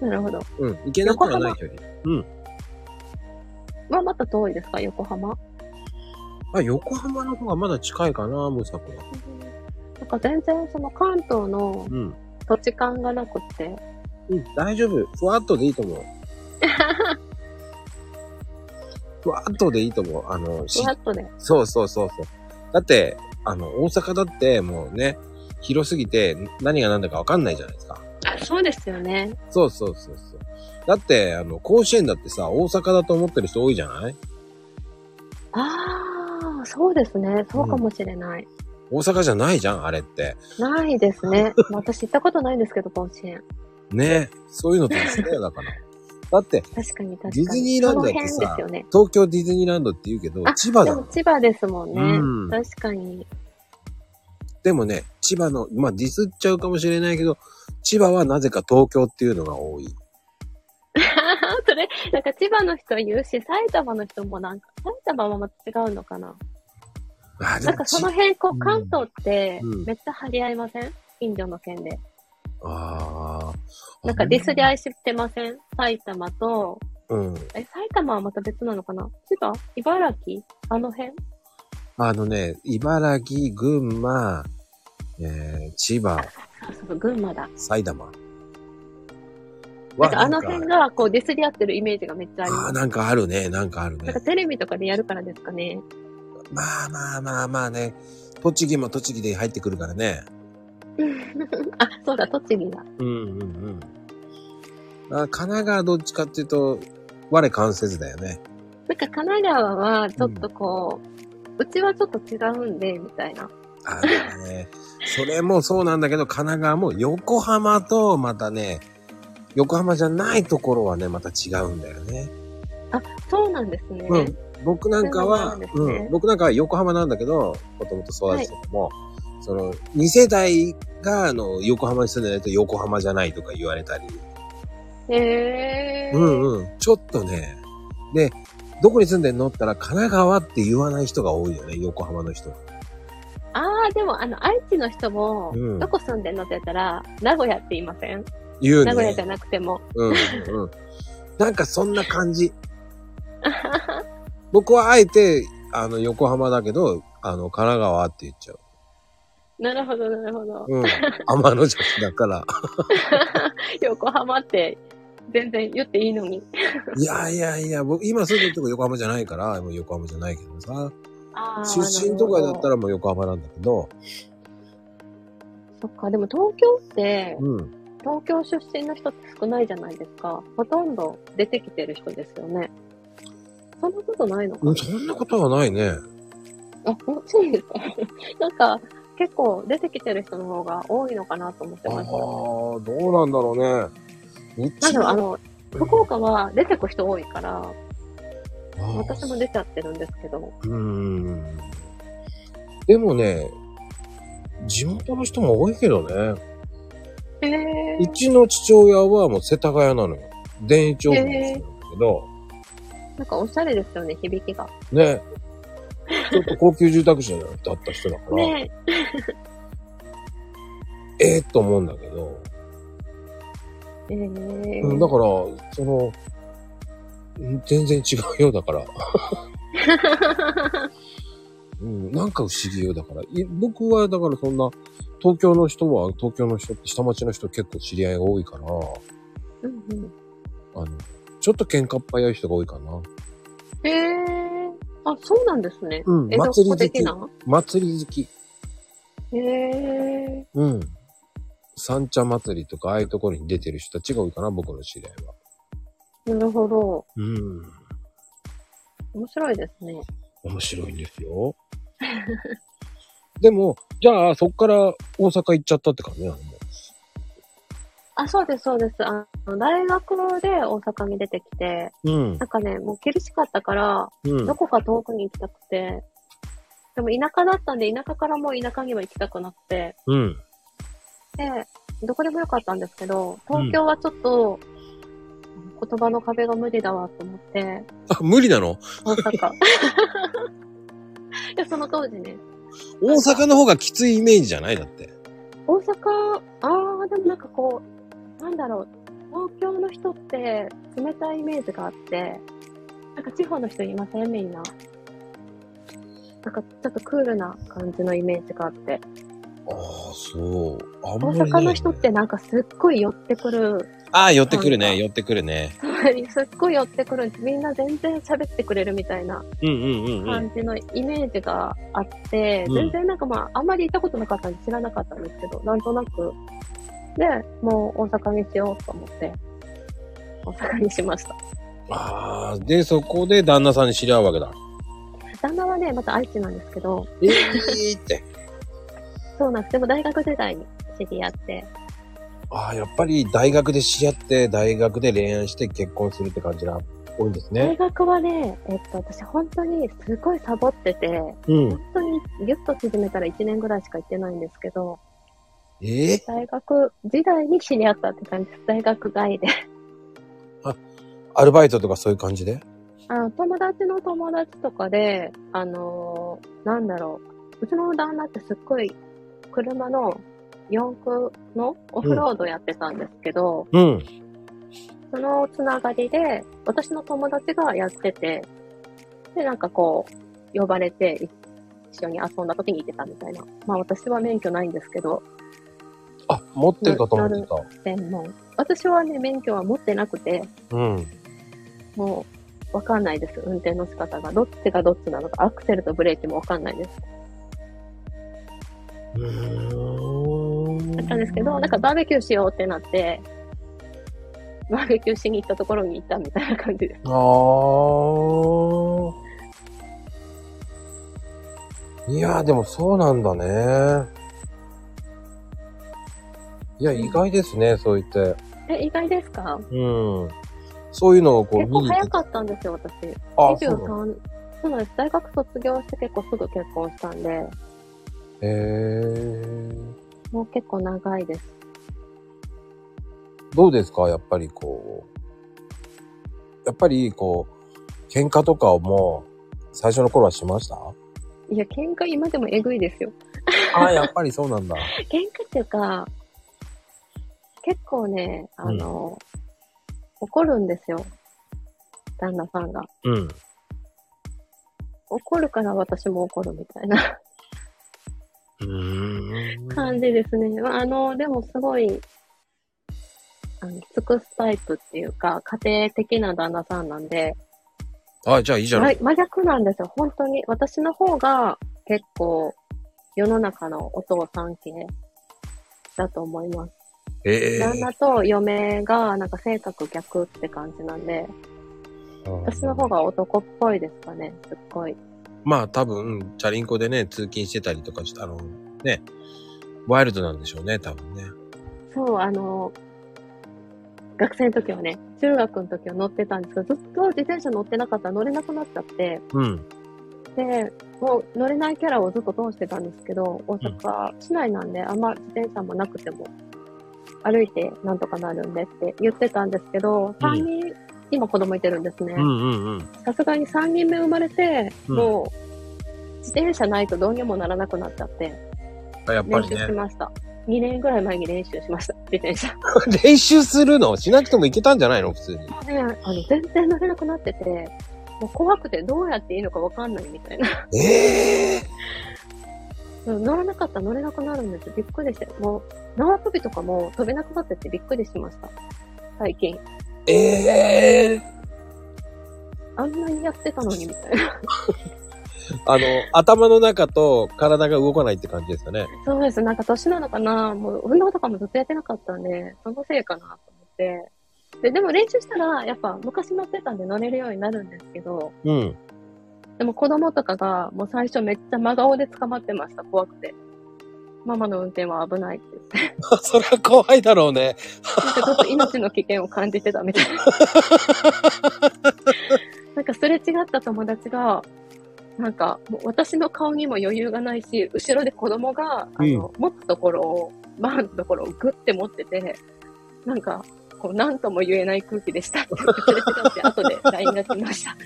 [SPEAKER 2] なるほど。
[SPEAKER 1] うん、行けなくはないけど。
[SPEAKER 2] まあ、また遠いですか横浜。
[SPEAKER 1] あ、横浜の方がまだ近いかな、ムサコは。
[SPEAKER 2] なんか全然その関東の
[SPEAKER 1] うん。
[SPEAKER 2] 土地勘がなくて、
[SPEAKER 1] うん、大丈夫。ふわっとでいいと 思う。ふわっとでいいと思う。あの、し
[SPEAKER 2] ふわっとで。
[SPEAKER 1] そうそうそうそう。だって、あの、大阪だってもうね、広すぎて何が何だかわかんないじゃないですか。
[SPEAKER 2] あ、そうですよね。
[SPEAKER 1] そうそうそうそう。だって、あの、甲子園だってさ、大阪だと思ってる人多いじゃない
[SPEAKER 2] ああ、そうですね。そうかもしれない。
[SPEAKER 1] 大阪じゃないじゃん、あれって。
[SPEAKER 2] ないですね。まあ私行ったことないんですけど、甲子園。
[SPEAKER 1] ねそういうのと一緒だよ、だから。だって、
[SPEAKER 2] 確かに確かに。
[SPEAKER 1] ディズニーランドだってさ
[SPEAKER 2] その辺ですよね。
[SPEAKER 1] 東京ディズニーランドって言うけど、
[SPEAKER 2] あ
[SPEAKER 1] 千葉
[SPEAKER 2] で
[SPEAKER 1] だ
[SPEAKER 2] も
[SPEAKER 1] もん。
[SPEAKER 2] 千葉ですもんね。
[SPEAKER 1] うん
[SPEAKER 2] 確かに。
[SPEAKER 1] でもね、千葉の、まあ、ディスっちゃうかもしれないけど、千葉はなぜか東京っていうのが多い。
[SPEAKER 2] それ、なんか千葉の人言うし、埼玉の人もなんか、埼玉はまた違うのかな。
[SPEAKER 1] あ、で
[SPEAKER 2] なん
[SPEAKER 1] も
[SPEAKER 2] か
[SPEAKER 1] ち
[SPEAKER 2] その辺、こ
[SPEAKER 1] うん
[SPEAKER 2] う、関東って
[SPEAKER 1] うん
[SPEAKER 2] めっちゃ張り合いません、近所の県で。
[SPEAKER 1] ああ。
[SPEAKER 2] なんかディスり合いしてません埼玉と、
[SPEAKER 1] うん。
[SPEAKER 2] え、埼玉はまた別なのかな千葉茨城あの辺
[SPEAKER 1] あのね、茨城、群馬、えー、千葉、
[SPEAKER 2] そうそうそう、群馬だ。
[SPEAKER 1] 埼玉。
[SPEAKER 2] な
[SPEAKER 1] わ
[SPEAKER 2] んかあ
[SPEAKER 1] な
[SPEAKER 2] の
[SPEAKER 1] ん
[SPEAKER 2] 辺
[SPEAKER 1] か
[SPEAKER 2] がこうディスり合ってるイメージがめっちゃあり
[SPEAKER 1] あ
[SPEAKER 2] ま
[SPEAKER 1] あ、
[SPEAKER 2] す。
[SPEAKER 1] なんかあるね、なんかある
[SPEAKER 2] なん
[SPEAKER 1] ね
[SPEAKER 2] か。テレビとかでやるからですかね。
[SPEAKER 1] まあまあまあまあね。栃木も栃木で入ってくるからね。
[SPEAKER 2] あ、そうだ、栃木だ。
[SPEAKER 1] うんうんうん。あ神奈川どっちかっていうと、我関せずだよね。
[SPEAKER 2] なんか神奈川はちょっとこう、うちはちょっと違うんで、みたいな。
[SPEAKER 1] あのね、それもそうなんだけど、神奈川も横浜とまたね、横浜じゃないところはね、また違うんだよね。
[SPEAKER 2] そうなんですね。
[SPEAKER 1] うん僕なんかは、
[SPEAKER 2] そうなんです
[SPEAKER 1] う
[SPEAKER 2] ね
[SPEAKER 1] ん、僕なんかは横浜なんだけど、もともと育ちてても、その、2世代が、あの、横浜に住んでないと横浜じゃないとか言われたり、
[SPEAKER 2] へー。
[SPEAKER 1] うんうん、ちょっとね、で、どこに住んでんのって言ったら、神奈川って言わない人が多いよね、横浜の人。
[SPEAKER 2] ああ、でもあの、愛知の人も、
[SPEAKER 1] うん
[SPEAKER 2] どこ住んでんのって言ったら、名古屋って言いません、
[SPEAKER 1] 言う
[SPEAKER 2] 名
[SPEAKER 1] ね。
[SPEAKER 2] 古屋じゃなくても。
[SPEAKER 1] うんうんうん。なんかそんな感 じ。僕はあえて、あの、横浜だけど、あの、神奈川って言っちゃう。
[SPEAKER 2] なるほど、なるほど。
[SPEAKER 1] うん。天の邪鬼だから。
[SPEAKER 2] 横浜って、全然言っていいのに。
[SPEAKER 1] いやいやいや、僕、今住んでるとこ横浜じゃないから、もう横浜じゃないけどさ。
[SPEAKER 2] あー
[SPEAKER 1] 出身とかだった
[SPEAKER 2] なる
[SPEAKER 1] らもう横浜なんだけど、
[SPEAKER 2] ほどそっか、でも東京って、
[SPEAKER 1] うん。
[SPEAKER 2] 東京出身の人って少ないじゃないですか。ほとんど出てきてる人ですよね。そんなことないのかな、
[SPEAKER 1] うんそんなことはないね。
[SPEAKER 2] あ、こっちにいるか なんか、結構出てきてる人の方が多いのかなと思って
[SPEAKER 1] あ
[SPEAKER 2] ま
[SPEAKER 1] あ、
[SPEAKER 2] し
[SPEAKER 1] どうなんだろうね。
[SPEAKER 2] た。なんだろう、あ
[SPEAKER 1] うち
[SPEAKER 2] の、福岡は出てく人多いから、
[SPEAKER 1] の
[SPEAKER 2] 私も出ちゃってるんですけど。
[SPEAKER 1] うーん。でもね、地元の人も多いけどね。
[SPEAKER 2] へ
[SPEAKER 1] う
[SPEAKER 2] ー。
[SPEAKER 1] ちの父親はもう世田谷なのよ。電一なんだけど、
[SPEAKER 2] なんかおしゃれですよね、響きが。
[SPEAKER 1] ね。ちょっと高級住宅地だった人だから、
[SPEAKER 2] ね
[SPEAKER 1] ええと思うんだけど、
[SPEAKER 2] え。へー
[SPEAKER 1] うん、だから、その、うん全然違うよ、だから。うん、なんか不思議よ、だから。い僕は、だからそんな、東京の人は、東京の人って下町の人結構知り合いが多いから、
[SPEAKER 2] うんうん。
[SPEAKER 1] あの、ちょっと喧嘩っ早い人が多いかな。
[SPEAKER 2] へー。あ、そうなんですね。
[SPEAKER 1] うん
[SPEAKER 2] 江戸っ
[SPEAKER 1] 祭り
[SPEAKER 2] 子
[SPEAKER 1] 好き
[SPEAKER 2] 的な
[SPEAKER 1] 祭り好き。
[SPEAKER 2] へー。
[SPEAKER 1] うん。三茶祭りとか、ああいうところに出てる人たちが多いかな、僕の知り合いは。
[SPEAKER 2] なるほど。
[SPEAKER 1] うん。
[SPEAKER 2] 面白いですね。
[SPEAKER 1] 面白いんですよ。 でも、じゃあ、そっから大阪行っちゃったって感じなのもう
[SPEAKER 2] あ、そうです、そうです。あ大学で大阪に出てきて、
[SPEAKER 1] うん
[SPEAKER 2] なんかね、もう厳しかったから、
[SPEAKER 1] うん
[SPEAKER 2] どこか遠くに行きたくて、でも田舎だったんで、田舎からもう田舎には行きたくなくて、
[SPEAKER 1] うん
[SPEAKER 2] で、どこでもよかったんですけど、東京はちょっと、言葉の壁が無理だわと思って、
[SPEAKER 1] あ無理なの
[SPEAKER 2] 大 阪。いや、その当時ね。
[SPEAKER 1] 大阪の方がきついイメージじゃないだって。
[SPEAKER 2] 大阪、ああ、でもなんかこう、なんだろう、東京の人って冷たいイメージがあって、なんか地方の人いませんみんな。なんかちょっとクールな感じのイメージがあって。
[SPEAKER 1] ああ、そう。あん
[SPEAKER 2] 大
[SPEAKER 1] まりないね
[SPEAKER 2] 阪の人ってなんかすっごい寄ってくる、
[SPEAKER 1] ああ、寄ってくる
[SPEAKER 2] なん
[SPEAKER 1] ね、
[SPEAKER 2] か
[SPEAKER 1] 寄ってくるね。
[SPEAKER 2] すっごい寄ってくる、みんな全然喋ってくれるみたいな
[SPEAKER 1] うんうんうんうん。
[SPEAKER 2] 感じのイメージがあって、
[SPEAKER 1] うん
[SPEAKER 2] 全然なんかまあ、あんまり行ったことなかったんで知らなかったんですけど、なんとなく、で、もう大阪にしようと思って、大阪にしました。
[SPEAKER 1] ああ、で、そこで旦那さんに知り合うわけだ。
[SPEAKER 2] 旦那はね、また愛知なんですけど、
[SPEAKER 1] ええって。
[SPEAKER 2] そうなんです。でも大学時代に知り合って、
[SPEAKER 1] ああ、やっぱり大学で知り合って、大学で恋愛して結婚するって感じが多いんです
[SPEAKER 2] 大
[SPEAKER 1] ね。
[SPEAKER 2] 学はね、えっと、私本当にすごいサボってて、
[SPEAKER 1] うん。
[SPEAKER 2] 本当にギュッと縮めたら1年ぐらいしか行ってないんですけど、
[SPEAKER 1] ええ
[SPEAKER 2] 大学時代に知り合ったって感じです。大学外で。
[SPEAKER 1] アルバイトとかそういう感じで
[SPEAKER 2] あ友達の友達とかで、あのーなんだろう。うちの旦那ってすっごい車の四駆のオフロードやってたんですけど、
[SPEAKER 1] うん。
[SPEAKER 2] そのつながりで、私の友達がやってて、で、なんかこう、呼ばれてい一緒に遊んだ時に行ってたみたいな。まあ私は免許ないんですけど、
[SPEAKER 1] あ、持ってるかと思って
[SPEAKER 2] 専門。私はね、免許は持ってなくて、
[SPEAKER 1] た。うん。
[SPEAKER 2] もう、わかんないです。運転の仕方が。どっちがどっちなのか、アクセルとブレーキもわかんないです。
[SPEAKER 1] うーん。
[SPEAKER 2] だったんですけど、なんかバーベキューしようってなって、バーベキューしに行ったところに行ったみたいな感じです。
[SPEAKER 1] あーいやー、でもそうなんだね。いや、意外ですね、そう言って。
[SPEAKER 2] え、意外ですか
[SPEAKER 1] うん。そういうのをこう
[SPEAKER 2] 結構
[SPEAKER 1] 見に行
[SPEAKER 2] 早
[SPEAKER 1] って。
[SPEAKER 2] かったんですよ、私。
[SPEAKER 1] あ、そうなの
[SPEAKER 2] 23、そうなんです。大学卒業して結構すぐ結婚したんで、
[SPEAKER 1] へー
[SPEAKER 2] もう結構長いです。
[SPEAKER 1] どうですかやっぱりこう。やっぱりこう、喧嘩とかをもう、最初の頃はしました
[SPEAKER 2] いや、喧嘩今でもえぐいですよ。
[SPEAKER 1] あー、やっぱりそうなんだ。
[SPEAKER 2] 喧嘩っていうか、結構ね、あの、怒るんですよ。旦那さんが。
[SPEAKER 1] うん。
[SPEAKER 2] 怒るから私も怒るみたいな。
[SPEAKER 1] うーん。
[SPEAKER 2] 感じですね。まあ、あの、でもすごい、あの、尽くすタイプっていうか、家庭的な旦那さんなんで、
[SPEAKER 1] あ、じゃあいいじゃな
[SPEAKER 2] 真
[SPEAKER 1] い。
[SPEAKER 2] 真逆なんですよ。本当に。私の方が結構、世の中のお父さん系だと思います。
[SPEAKER 1] ええ
[SPEAKER 2] 旦那と嫁が、なんか性格逆って感じなんで、私の方が男っぽいですかね、すっごい。
[SPEAKER 1] まあ多分、チャリンコでね、通勤してたりとかして、あの、ね、ワイルドなんでしょうね、多分ね。
[SPEAKER 2] そう、あの、学生の時はね、中学の時は乗ってたんですけど、ずっと自転車乗ってなかったら乗れなくなっちゃって、
[SPEAKER 1] うん。
[SPEAKER 2] で、もう乗れないキャラをずっと通してたんですけど、大阪市内なんで、あんま自転車もなくても、歩いてなんとかなるんでって言ってたんですけど、3人、今子供いてるんですね
[SPEAKER 1] う。んうんうん。
[SPEAKER 2] さすがに3人目生まれて、
[SPEAKER 1] うん
[SPEAKER 2] もう、自転車ないとどうにもならなくなっちゃって、
[SPEAKER 1] あやっぱ
[SPEAKER 2] 練
[SPEAKER 1] りね
[SPEAKER 2] 習し。ました。2年ぐらい前に練習しました、自転車。
[SPEAKER 1] 練習するのしなくてもいけたんじゃないの普通に。
[SPEAKER 2] もうね、あの、全然乗れなくなってて、もう怖くてどうやっていいのかわかんないみたいな。
[SPEAKER 1] ええ
[SPEAKER 2] うん乗らなかったら乗れなくなるんですよ。びっくりして。もう、縄跳びとかも飛べなくなっててびっくりしました。最近。
[SPEAKER 1] ええ
[SPEAKER 2] あんなにやってたのにみたいな。
[SPEAKER 1] あの、頭の中と体が動かないって感じですよね。
[SPEAKER 2] そうです。なんか年なのかなもう運動とかもずっとやってなかったんで、そのせいかなと思って。で、でも練習したら、やっぱ昔乗ってたんで乗れるようになるんですけど、
[SPEAKER 1] うん。
[SPEAKER 2] でも子供とかがもう最初めっちゃ真顔で捕まってました。怖くて。ママの運転は危ないって言って、
[SPEAKER 1] それは怖いだろうね。
[SPEAKER 2] なんかちょっと命の危険を感じてたみた いな。なんかすれ違った友達が、なんかもう私の顔にも余裕がないし、後ろで子供が、あの、持つところを、バーンのところをグッて持ってて、なんか、こう、なんとも言えない空気でしたって言ってすれ違 って、後で LINE が来ました。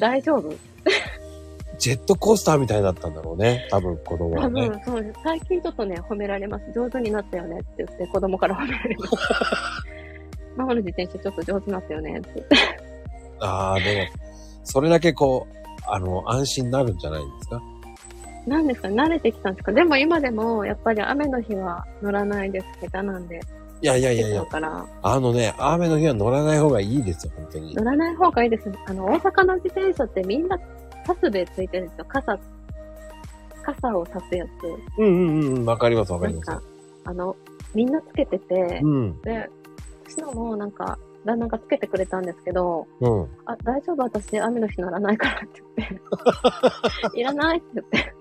[SPEAKER 2] 大丈夫
[SPEAKER 1] ジェットコースターみたいだったんだろうね。多分子供は
[SPEAKER 2] 多
[SPEAKER 1] ね。
[SPEAKER 2] 分、そうです。最近ちょっとね、褒められます。上手になったよねって言って、子供から褒められ ます。ママの自転車ちょっと上手になったよねって。
[SPEAKER 1] ああ、でも、それだけこう、あの、安心になるんじゃないですか。
[SPEAKER 2] なんですか慣れてきたんですかでも今でも、やっぱり雨の日は乗らないです。下手なんで。
[SPEAKER 1] いやいやいやい
[SPEAKER 2] だ
[SPEAKER 1] や、
[SPEAKER 2] から、
[SPEAKER 1] あのね、雨の日は乗らない方がいいですよ、本当に
[SPEAKER 2] 乗。らない方がいいです。あの、大阪の自転車ってみんな、カスベついてるんですよ。傘、傘を差すやつ。
[SPEAKER 1] うんうんうんうん、わかりますわか
[SPEAKER 2] な
[SPEAKER 1] り
[SPEAKER 2] ん
[SPEAKER 1] ます
[SPEAKER 2] か。、あの、みんなつけてて、
[SPEAKER 1] うん、
[SPEAKER 2] で、私のもなんか、旦那がつけてくれたんですけど、
[SPEAKER 1] うん。
[SPEAKER 2] あ、大丈夫私、雨の日乗らないからって言 って。いらないって言って。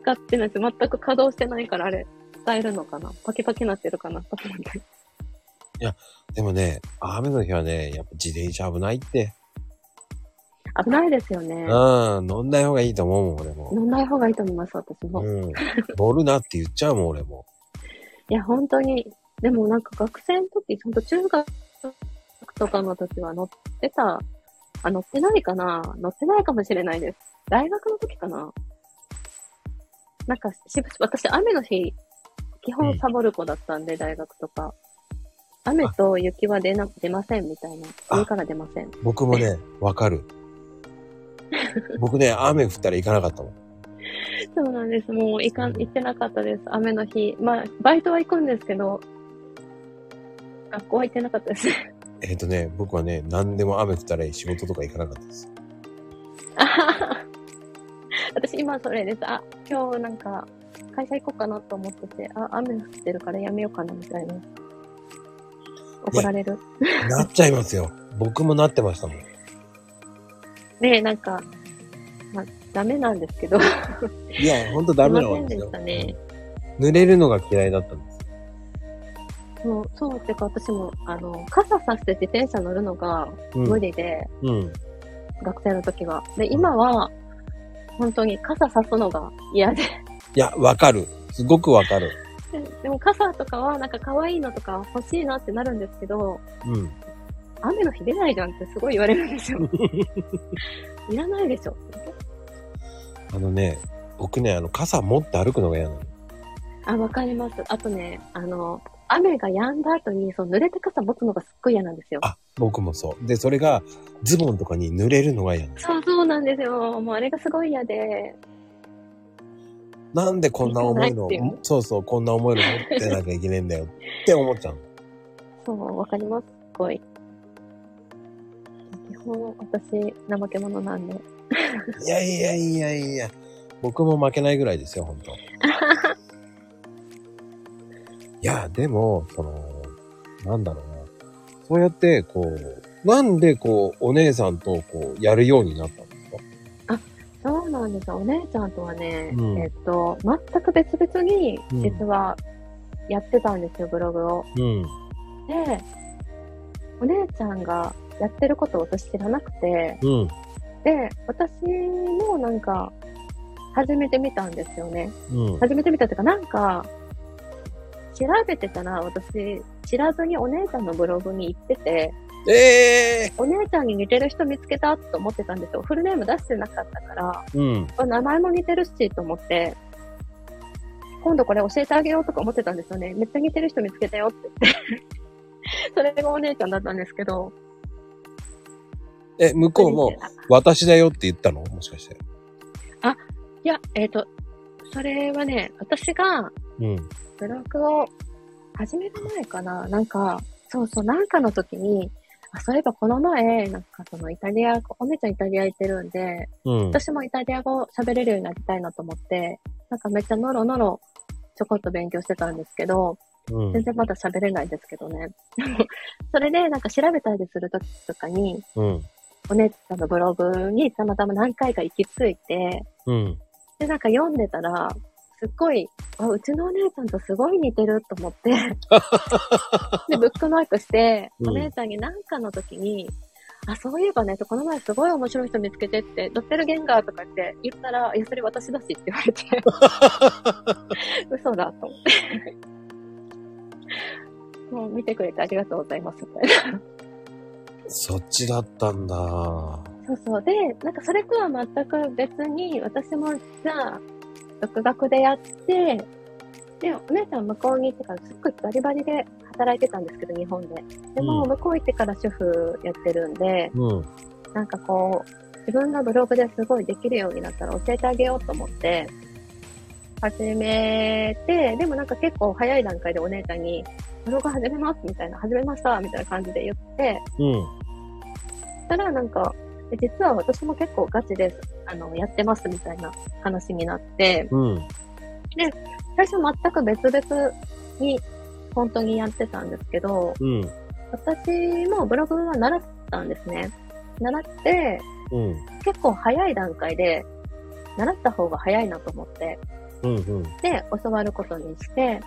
[SPEAKER 2] 使ってないです。全く稼働してないから、あれ、使えるのかなパキパキなってるかなと 思って。
[SPEAKER 1] でもね、雨の日はね、やっぱ自転車危ないって。
[SPEAKER 2] 危ないですよね
[SPEAKER 1] う。ん、乗んない方がいいと思うもん、俺も。
[SPEAKER 2] 乗んない方がいいと思います、私も。い
[SPEAKER 1] うん。乗るなって言っちゃうもん、俺も。
[SPEAKER 2] や、本当に。でもなんか学生の時、ほんと中学とかの時は乗ってた、あ、乗ってないかな乗ってないかもしれないです。大学の時かななんか、しぶしぶ、私雨の日、基
[SPEAKER 1] う
[SPEAKER 2] 本
[SPEAKER 1] ん
[SPEAKER 2] サボる子だったんで、大学とか。雨と雪は出な、出ませんみたいな。
[SPEAKER 1] あ
[SPEAKER 2] 家から出ません。
[SPEAKER 1] 僕も ね、わかる。僕ね、雨降ったら行かなかったもん。
[SPEAKER 2] そうなんです。もう行かん、行ってなかったです。雨の日。まあ、バイトは行くんですけど、学校は行ってなかったです。
[SPEAKER 1] えっ、とね、僕はね、何でも雨降ったら仕事とか行かなかったです。
[SPEAKER 2] あはは私今それです。あ、今日なんか会社行こうかなと思ってて、あ、雨降ってるからやめようかなみたいな。怒られる。
[SPEAKER 1] なっちゃいますよ。僕もなってましたもん。
[SPEAKER 2] ねなんか、まあ、ダメなんですけど、
[SPEAKER 1] いや、ほんとダメな
[SPEAKER 2] すいま
[SPEAKER 1] わ
[SPEAKER 2] せん
[SPEAKER 1] けです
[SPEAKER 2] でし
[SPEAKER 1] よ
[SPEAKER 2] た。ね。
[SPEAKER 1] 濡れるのが嫌いだったんです。
[SPEAKER 2] もう、そうっていうか私も、あの、傘さして自転車乗るのが
[SPEAKER 1] う
[SPEAKER 2] 無
[SPEAKER 1] ん。
[SPEAKER 2] 理で、
[SPEAKER 1] うん。
[SPEAKER 2] 学生の時は。で、今は、本当に傘さすのが嫌で。
[SPEAKER 1] いや、わかる。すごくわかる。
[SPEAKER 2] でも傘とかはなんか可愛いのとか欲しいなってなるんですけど、
[SPEAKER 1] うん。
[SPEAKER 2] 雨の日出ないじゃんってすごい言われるん ですよ。いらないでしょ。
[SPEAKER 1] あのね、僕ね、あの、傘持って歩くのが嫌なの。
[SPEAKER 2] あ、わかります。あとね、あの、雨が止んだ後に、その濡れた傘持つのがすっごい嫌なんですよ。
[SPEAKER 1] あ、僕もそう。で、それが、ズボンとかに濡れるのが嫌なの。
[SPEAKER 2] そうそうなんですよ。もうあれがすごい嫌で。
[SPEAKER 1] なんでこんな重いの
[SPEAKER 2] いけないっていう
[SPEAKER 1] そうそう、こんな重いの持ってなきゃいけねえんだよって思っちゃうの。
[SPEAKER 2] そう、わかります。すっごい。基本、私、怠け者なんで。
[SPEAKER 1] いやいやいやいや。僕も負けないぐらいですよ、本 当いや、でも、その、なんだろうな。そうやって、こう、なんでこう、お姉さんとこう、やるようになったんですか
[SPEAKER 2] そうなんですよ。お姉ちゃんとはね、
[SPEAKER 1] うん
[SPEAKER 2] えっと、全く別々に、
[SPEAKER 1] うん
[SPEAKER 2] 実は、やってたんですよ、ブログを。
[SPEAKER 1] うん。
[SPEAKER 2] で、お姉ちゃんがやってることを私知らなくて、
[SPEAKER 1] うん。
[SPEAKER 2] で、私もなんか、初めて見たんですよね。
[SPEAKER 1] うん。
[SPEAKER 2] 初めて見たっていうか、なんか、調べてたら、私、知らずにお姉ちゃんのブログに行ってて、
[SPEAKER 1] ええ
[SPEAKER 2] お姉ちゃんに似てる人見つけたと思ってたんですよ。フルネーム出してなかったから、
[SPEAKER 1] うん。
[SPEAKER 2] あ名前も似てるし、と思って、今度これ教えてあげようとか思ってたんですよね。めっちゃ似てる人見つけたよって 言って。それがお姉ちゃんだったんですけど、
[SPEAKER 1] え、向こうも、私だよって言ったのもしかして。
[SPEAKER 2] いや、えっ、と、それはね、私が
[SPEAKER 1] うん。
[SPEAKER 2] ブログを始める前かな、なんか、そうそう、なんかの時に、あそういえばこの前、なんかそのイタリア、お姉ちゃんイタリア行ってるんで、
[SPEAKER 1] うん。
[SPEAKER 2] 私もイタリア語喋れるようになりたいなと思って、なんかめっちゃノロノロちょこっと勉強してたんですけど、
[SPEAKER 1] うん
[SPEAKER 2] 全。然まだ喋れないですけどね。 でもそれでなんか調べたりする時とかに、
[SPEAKER 1] うん。
[SPEAKER 2] お姉ちゃんのブログにたまたま何回か行き着いて、
[SPEAKER 1] うん。
[SPEAKER 2] で、なんか読んでたら、すっごい、あ、うちのお姉ちゃんとすごい似てると思って、で、ブックマークして、
[SPEAKER 1] うん
[SPEAKER 2] お姉ちゃんに何かの時に、あ、そういえばね、この前すごい面白い人見つけてって、ドッペルゲンガーとかって言ったら、いや、それ私だしって言わ れて、嘘だと思って。もう見てくれてありがとうございます、みたいな。
[SPEAKER 1] そっちだったんだ。
[SPEAKER 2] そうそう。で、なんかそれとは全く別に、私もじゃあ、独学でやって、で、お姉ちゃん向こうに行ってからすっごいバリバリで働いてたんですけど、日本で。でも、
[SPEAKER 1] うん
[SPEAKER 2] 向こう行ってから主婦やってるんで、
[SPEAKER 1] うん。
[SPEAKER 2] なんかこう、自分がブログですごいできるようになったら教えてあげようと思って、始めて、でもなんか結構早い段階でお姉ちゃんに、ブログ始めますみたいな、始めましたみたいな感じで言って、
[SPEAKER 1] うん。
[SPEAKER 2] たらなんか、え実は私も結構ガチで、あの、やってますみたいな話になって、
[SPEAKER 1] うん。
[SPEAKER 2] 最初全く別々に本当にやってたんですけど、
[SPEAKER 1] うん。
[SPEAKER 2] 私もブログは習ったんですね。習って、
[SPEAKER 1] うん。
[SPEAKER 2] 結構早い段階で、習った方が早いなと思って、
[SPEAKER 1] うん。うん。
[SPEAKER 2] で、教わることにして、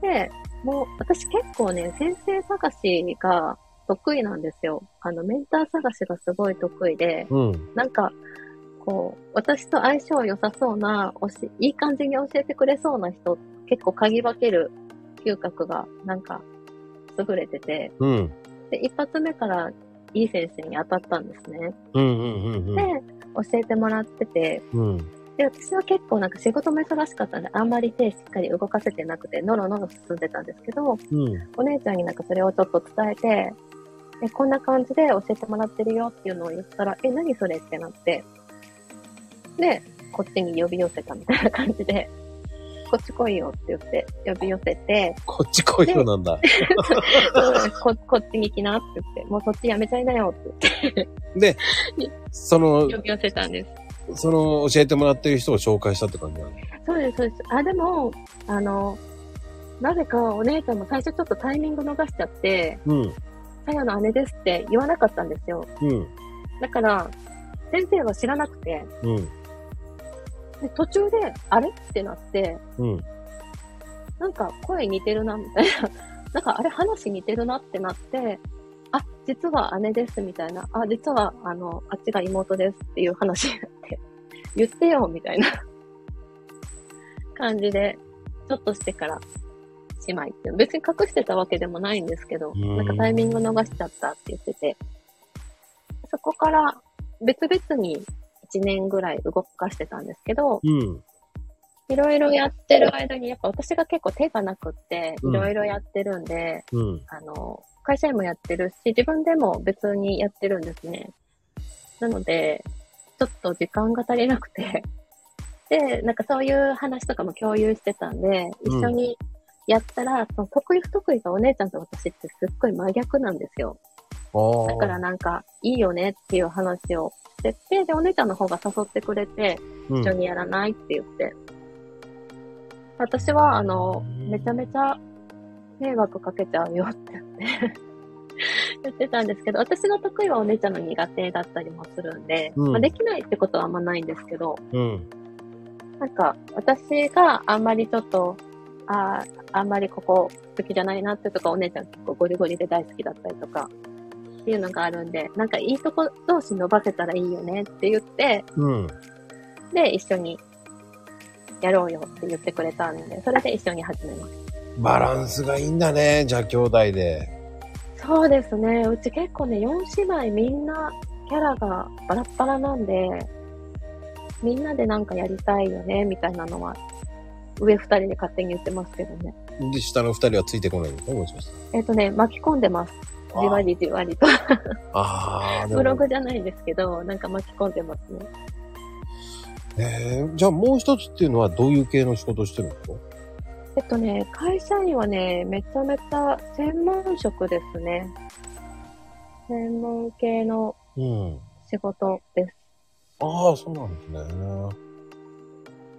[SPEAKER 2] で、もう私結構ね、先生探しが得意なんですよ。あの、メンター探しがすごい得意で、
[SPEAKER 1] うん。
[SPEAKER 2] なんか、こう、私と相性良さそうな、おしいい感じに教えてくれそうな人、結構嗅ぎ分ける嗅覚が、なんか、優れてて、
[SPEAKER 1] うん。
[SPEAKER 2] で、一発目からいい先生に当たったんですね。
[SPEAKER 1] うん。うん。うん。
[SPEAKER 2] で、教えてもらってて、
[SPEAKER 1] うん。
[SPEAKER 2] で、私は結構なんか仕事も忙しかったんで、あんまり手しっかり動かせてなくて、のろのろ進んでたんですけど、
[SPEAKER 1] うん。
[SPEAKER 2] お姉ちゃんになんかそれをちょっと伝えて、えこんな感じで教えてもらってるよっていうのを言ったら、え、何それってなって、で、こっちに呼び寄せたみたいな感じで、 こっち来いよって言って、呼び寄せて、
[SPEAKER 1] こっち来いよなんだ。
[SPEAKER 2] ここっちに来なって言って、もうそっちやめちゃいなよって
[SPEAKER 1] で、その
[SPEAKER 2] 言って、呼び寄せたんです。
[SPEAKER 1] その教えてもらってる人を紹介したって感じなの。
[SPEAKER 2] そうです、そうです。あ、でも、あの、なぜかお姉ちゃんも最初ちょっとタイミング逃しちゃって、
[SPEAKER 1] うん。
[SPEAKER 2] さやの姉ですって言わなかったんですよ。
[SPEAKER 1] うん。
[SPEAKER 2] だから、先生は知らなくて、
[SPEAKER 1] うん。
[SPEAKER 2] で途中で、あれってなって、
[SPEAKER 1] うん。
[SPEAKER 2] なんか声似てるな、みたいな。 なんかあれ話似てるなってなって、あ、実は姉です、みたいな。あ、実は、あの、あっちが妹ですっていう話になって、 言ってよ、みたいな 感じで、ちょっとしてから、姉妹って。別に隠してたわけでもないんですけど、
[SPEAKER 1] ん
[SPEAKER 2] なんかタイミング逃しちゃったって言ってて、そこから別々に1年ぐらい動かしてたんですけど、
[SPEAKER 1] うん。
[SPEAKER 2] いろいろやってる間に、やっぱ私が結構手がなくって、
[SPEAKER 1] うん
[SPEAKER 2] いろいろやってるんで、
[SPEAKER 1] うん。
[SPEAKER 2] あの、会社員もやってるし、自分でも別にやってるんですね。なので、ちょっと時間が足りなくて。 で、なんかそういう話とかも共有してたんで、一緒にやったら、その得意不得意がお姉ちゃんと私ってすっごい真逆なんですよ。
[SPEAKER 1] ああ。
[SPEAKER 2] だからなんか、いいよねっていう話をしてて、で、お姉ちゃんの方が誘ってくれて、
[SPEAKER 1] うん、
[SPEAKER 2] 一緒にやらないって言って。私は、あの、めちゃめちゃ迷惑かけちゃうよって言って、 言ってたんですけど、私の得意はお姉ちゃんの苦手だったりもするんで、
[SPEAKER 1] うん
[SPEAKER 2] まあ、できないってことはあんまないんですけど、
[SPEAKER 1] うん。
[SPEAKER 2] なんか、私があんまりちょっと、あーあんまりここ好きじゃないなってとか、お姉ちゃん結構ゴリゴリで大好きだったりとか、っていうのがあるんで、なんかいいとこ同士伸ばせたらいいよねって言って、
[SPEAKER 1] うん。
[SPEAKER 2] で、一緒にやろうよって言ってくれたんで、それで一緒に始めまし
[SPEAKER 1] バランスがいいんだね。じゃあ兄弟で。
[SPEAKER 2] た。そうですね。うち結構ね、4姉妹みんなキャラがバラッバラなんで、みんなでなんかやりたいよね、みたいなのは、上二人で勝手に言ってますけどね。
[SPEAKER 1] で、下の二人はついてこないんですね、もしかして。
[SPEAKER 2] えっ、とね、巻き込んでます。じわりじわりと。
[SPEAKER 1] ああ、でも
[SPEAKER 2] ブログじゃないんですけど、なんか巻き込んでますね。
[SPEAKER 1] えー、じゃあもう一つっていうのはどういう系の仕事をしてるんですか
[SPEAKER 2] えっとね、会社員はね、めちゃめちゃ専門職ですね。専門系の
[SPEAKER 1] うん。
[SPEAKER 2] 仕事です。
[SPEAKER 1] ああ、そうなんですね。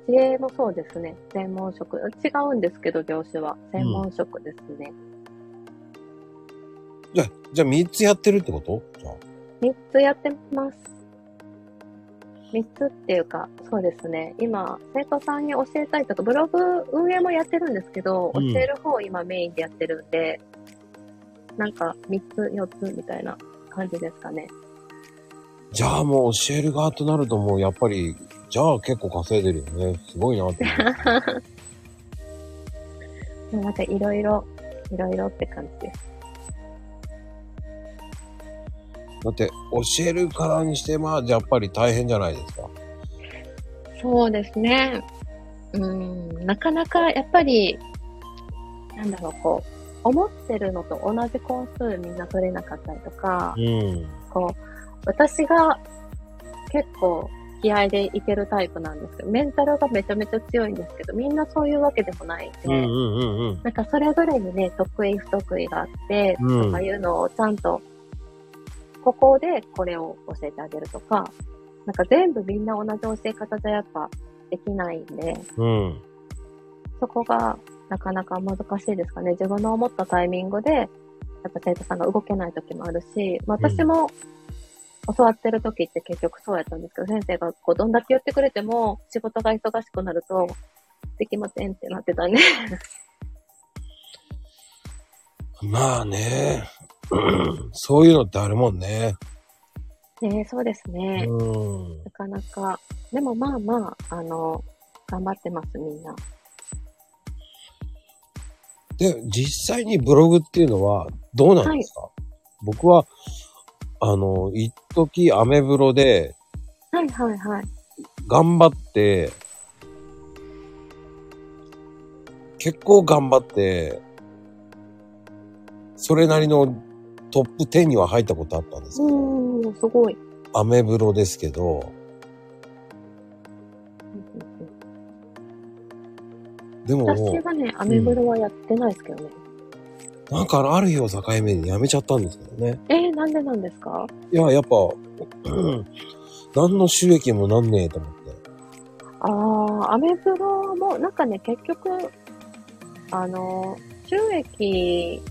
[SPEAKER 2] 自営もそうですね。専門職。違うんですけど、業種は。専門職ですね。
[SPEAKER 1] じゃあ、じゃあ3つやってるってことじゃあ。
[SPEAKER 2] 三つやってます。 3つっていうか、そうですね。今、生徒さんに教えたいとか、ブログ運営もやってるんですけど、
[SPEAKER 1] うん
[SPEAKER 2] 教える方を今メインでやってるんで、なんか3つ、4つみたいな感じですかね。
[SPEAKER 1] じゃあもう教える側となるともうやっぱり、じゃあ結構稼いでるよね。すごいな って思う。
[SPEAKER 2] でもなんかいろいろ、いろいろって感じです。
[SPEAKER 1] だって、教えるからにして、まあ、やっぱり大変じゃないですか。
[SPEAKER 2] そうですね。うん、なかなかやっぱり、なんだろう、こう、思ってるのと同じ本数みんな取れなかったりとか、
[SPEAKER 1] うん。
[SPEAKER 2] こう、私が結構気合でいけるタイプなんですけど、メンタルがめちゃめちゃ強いんですけど、みんなそういうわけでもないんで、
[SPEAKER 1] うんうんうん
[SPEAKER 2] なんかそれぞれにね、得意不得意があって、
[SPEAKER 1] うん
[SPEAKER 2] とかいうのをちゃんと、ここでこれを教えてあげるとか、なんか全部みんな同じ教え方じゃやっぱできないんで、
[SPEAKER 1] うん。うん。
[SPEAKER 2] そこがなかなか難しいですかね。自分の思ったタイミングで、やっぱ生徒さんが動けない時もあるし、まあ、
[SPEAKER 1] うん
[SPEAKER 2] 私も教わってる時って結局そうやったんですけど、先生がこうどんだけ言ってくれても仕事が忙しくなると、できませんってなって たね。
[SPEAKER 1] まあね、 うんそういうのってあるもんね。
[SPEAKER 2] ねえそうですね。
[SPEAKER 1] うん。
[SPEAKER 2] なかなか。でもまあまあ、あの、頑張ってます、みんな。
[SPEAKER 1] で、実際にブログっていうのはどうなんですか、僕は、あの、一時アメブロで
[SPEAKER 2] はいはいはい。
[SPEAKER 1] 頑張って、結構頑張って、それなりのトップ10には入ったことあったんですけど、
[SPEAKER 2] うーん、すごい。
[SPEAKER 1] アメブロですけど、でもも
[SPEAKER 2] 私
[SPEAKER 1] う、
[SPEAKER 2] がね、アメブロはやってないですけどね。
[SPEAKER 1] なんかある日を境目にやめちゃったんですけどね。
[SPEAKER 2] えー、なんでなんですか
[SPEAKER 1] いや、やっぱ、うん何の収益もなんねえと思って。
[SPEAKER 2] ああ、アメブロも、なんかね、結局、あの、収益、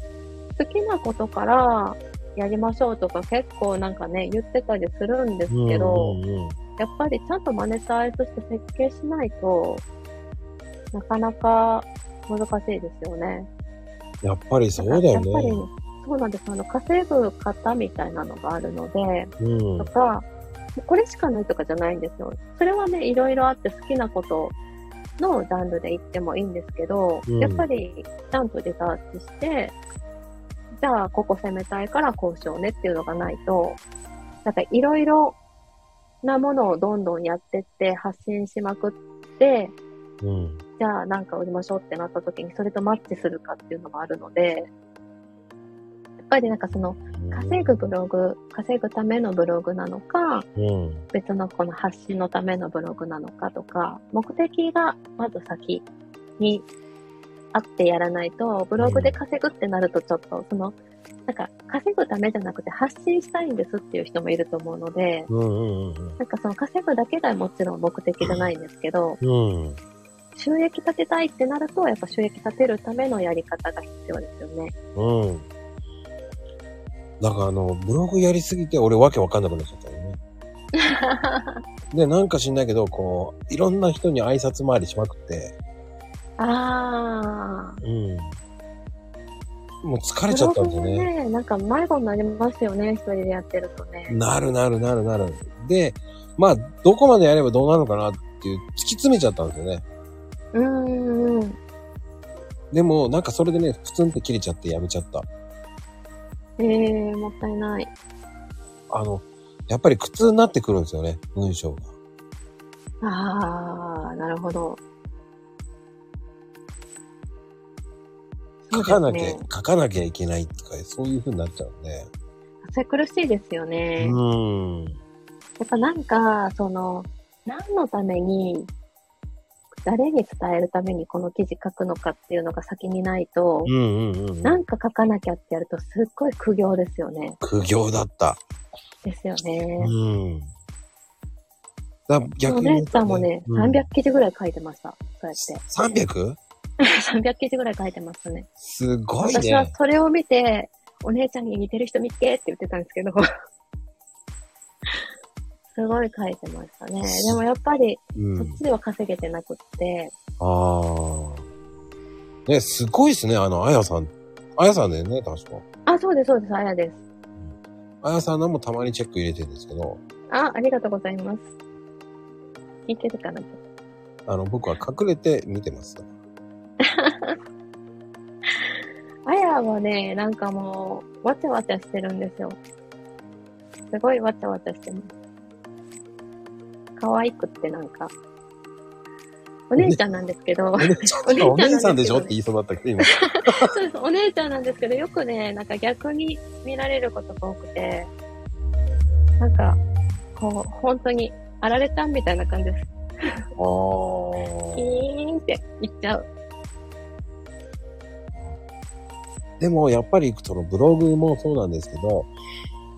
[SPEAKER 2] 好きなことからやりましょうとか結構なんかね、言ってたりするんですけど、
[SPEAKER 1] うんうんうん
[SPEAKER 2] やっぱりちゃんとマネタイズして設計しないと、なかなか難しいですよね。
[SPEAKER 1] やっぱりそうだよ
[SPEAKER 2] やっぱり
[SPEAKER 1] ね。、
[SPEAKER 2] そうなんです。あの、稼ぐ方みたいなのがあるので、
[SPEAKER 1] うん
[SPEAKER 2] と。か、これしかないとかじゃないんですよ。それはね、いろいろあって好きなことのジャンルで言ってもいいんですけど、
[SPEAKER 1] うん
[SPEAKER 2] やっぱりちゃんとリサーチして、じゃあここ攻めたいからこうしようねっていうのがないと、なんかいろいろなものをどんどんやってって発信しまくって、
[SPEAKER 1] うん。
[SPEAKER 2] じゃあなんか売りましょうってなった時にそれとマッチするかっていうのがあるので、やっぱりなんかその稼ぐブログ、稼ぐためのブログなのか、
[SPEAKER 1] うん。
[SPEAKER 2] 別のこの発信のためのブログなのかとか、目的がまず先にあってやらないと、ブログで稼ぐってなるとちょっと、その、なんか稼ぐためじゃなくて発信したいんですっていう人もいると思うので、
[SPEAKER 1] うんうんうん
[SPEAKER 2] なんかその稼ぐだけがもちろん目的じゃないんですけど、
[SPEAKER 1] うん。うん。
[SPEAKER 2] 収益立てたいってなると、やっぱ収益立てるためのやり方が必要ですよね。
[SPEAKER 1] うん。なんかあの、ブログやりすぎて俺わけわかんなくなっちゃったよね。 で、なんか知んないけど、こう、いろんな人に挨拶回りしまくって、
[SPEAKER 2] あー。
[SPEAKER 1] うん。もう疲れちゃったんですよ
[SPEAKER 2] ブロ
[SPEAKER 1] ね。
[SPEAKER 2] グもね、なんか迷子になりますよね、一人でやってるとね。
[SPEAKER 1] なるなるなるなる。で、まあ、どこまでやればどうなるのかなっていう、突き詰めちゃったんですよね。
[SPEAKER 2] うーんうん。
[SPEAKER 1] でも、なんかそれでね、プツンって切れちゃってやめちゃった。
[SPEAKER 2] ええもったいない。
[SPEAKER 1] あの、やっぱり苦痛になってくるんですよね、文章が。
[SPEAKER 2] ああ、なるほど。
[SPEAKER 1] 書かなきゃ、
[SPEAKER 2] そうですね
[SPEAKER 1] 書かなきゃいけないとか、そういう風になっちゃうんで。
[SPEAKER 2] それ苦しいですよ
[SPEAKER 1] う
[SPEAKER 2] ね。や
[SPEAKER 1] ーん。
[SPEAKER 2] っぱなんか、その、何のために、誰に伝えるためにこの記事書くのかっていうのが先にないと、
[SPEAKER 1] うんうんうんう。
[SPEAKER 2] なんんか書かなきゃってやるとすっごい苦行ですよね。
[SPEAKER 1] 苦行だった。
[SPEAKER 2] ですよ
[SPEAKER 1] う
[SPEAKER 2] ね。
[SPEAKER 1] ん。だ
[SPEAKER 2] そ
[SPEAKER 1] 逆
[SPEAKER 2] う
[SPEAKER 1] に言
[SPEAKER 2] ね
[SPEAKER 1] う、
[SPEAKER 2] さ
[SPEAKER 1] と
[SPEAKER 2] んもね、
[SPEAKER 1] うん
[SPEAKER 2] 300記事ぐらい書いてました。そうやっ
[SPEAKER 1] 300?
[SPEAKER 2] て。300記事ぐらい書いてましたね。
[SPEAKER 1] すごい
[SPEAKER 2] 私は
[SPEAKER 1] ね。
[SPEAKER 2] それを見て、お姉ちゃんに似てる人見つけって言ってたんですけど、 すごい書いてましたね。でもやっぱり、
[SPEAKER 1] う
[SPEAKER 2] そっ
[SPEAKER 1] ん。
[SPEAKER 2] ちでは稼げてなくって、
[SPEAKER 1] ああ。ね、すごいですね、あの、あやさん。あやさんだよね、確か。
[SPEAKER 2] あ、そうです、そうです、あやです。
[SPEAKER 1] あやさんのもたまにチェック入れてるんですけど、
[SPEAKER 2] あ、ありがとうございます。聞いてるかな
[SPEAKER 1] あの、僕は隠れて見て ます。
[SPEAKER 2] あやはね、なんかもう、わちゃわちゃしてるんですよ。すごいわちゃわちゃしてます。可愛くってなんか。お姉ちゃんなんです けど、
[SPEAKER 1] お姉ちゃん、お姉さんでしょって言いそうだったけど、今。
[SPEAKER 2] そうです、お姉ちゃんなんですけど、よくね、なんか逆に見られることが多くて、なんか、こう、本当に、あられちゃんみたいな感じです。キ
[SPEAKER 1] あ
[SPEAKER 2] ーンって言っちゃう。
[SPEAKER 1] あ。でも、やっぱり、そのブログもそうなんですけど、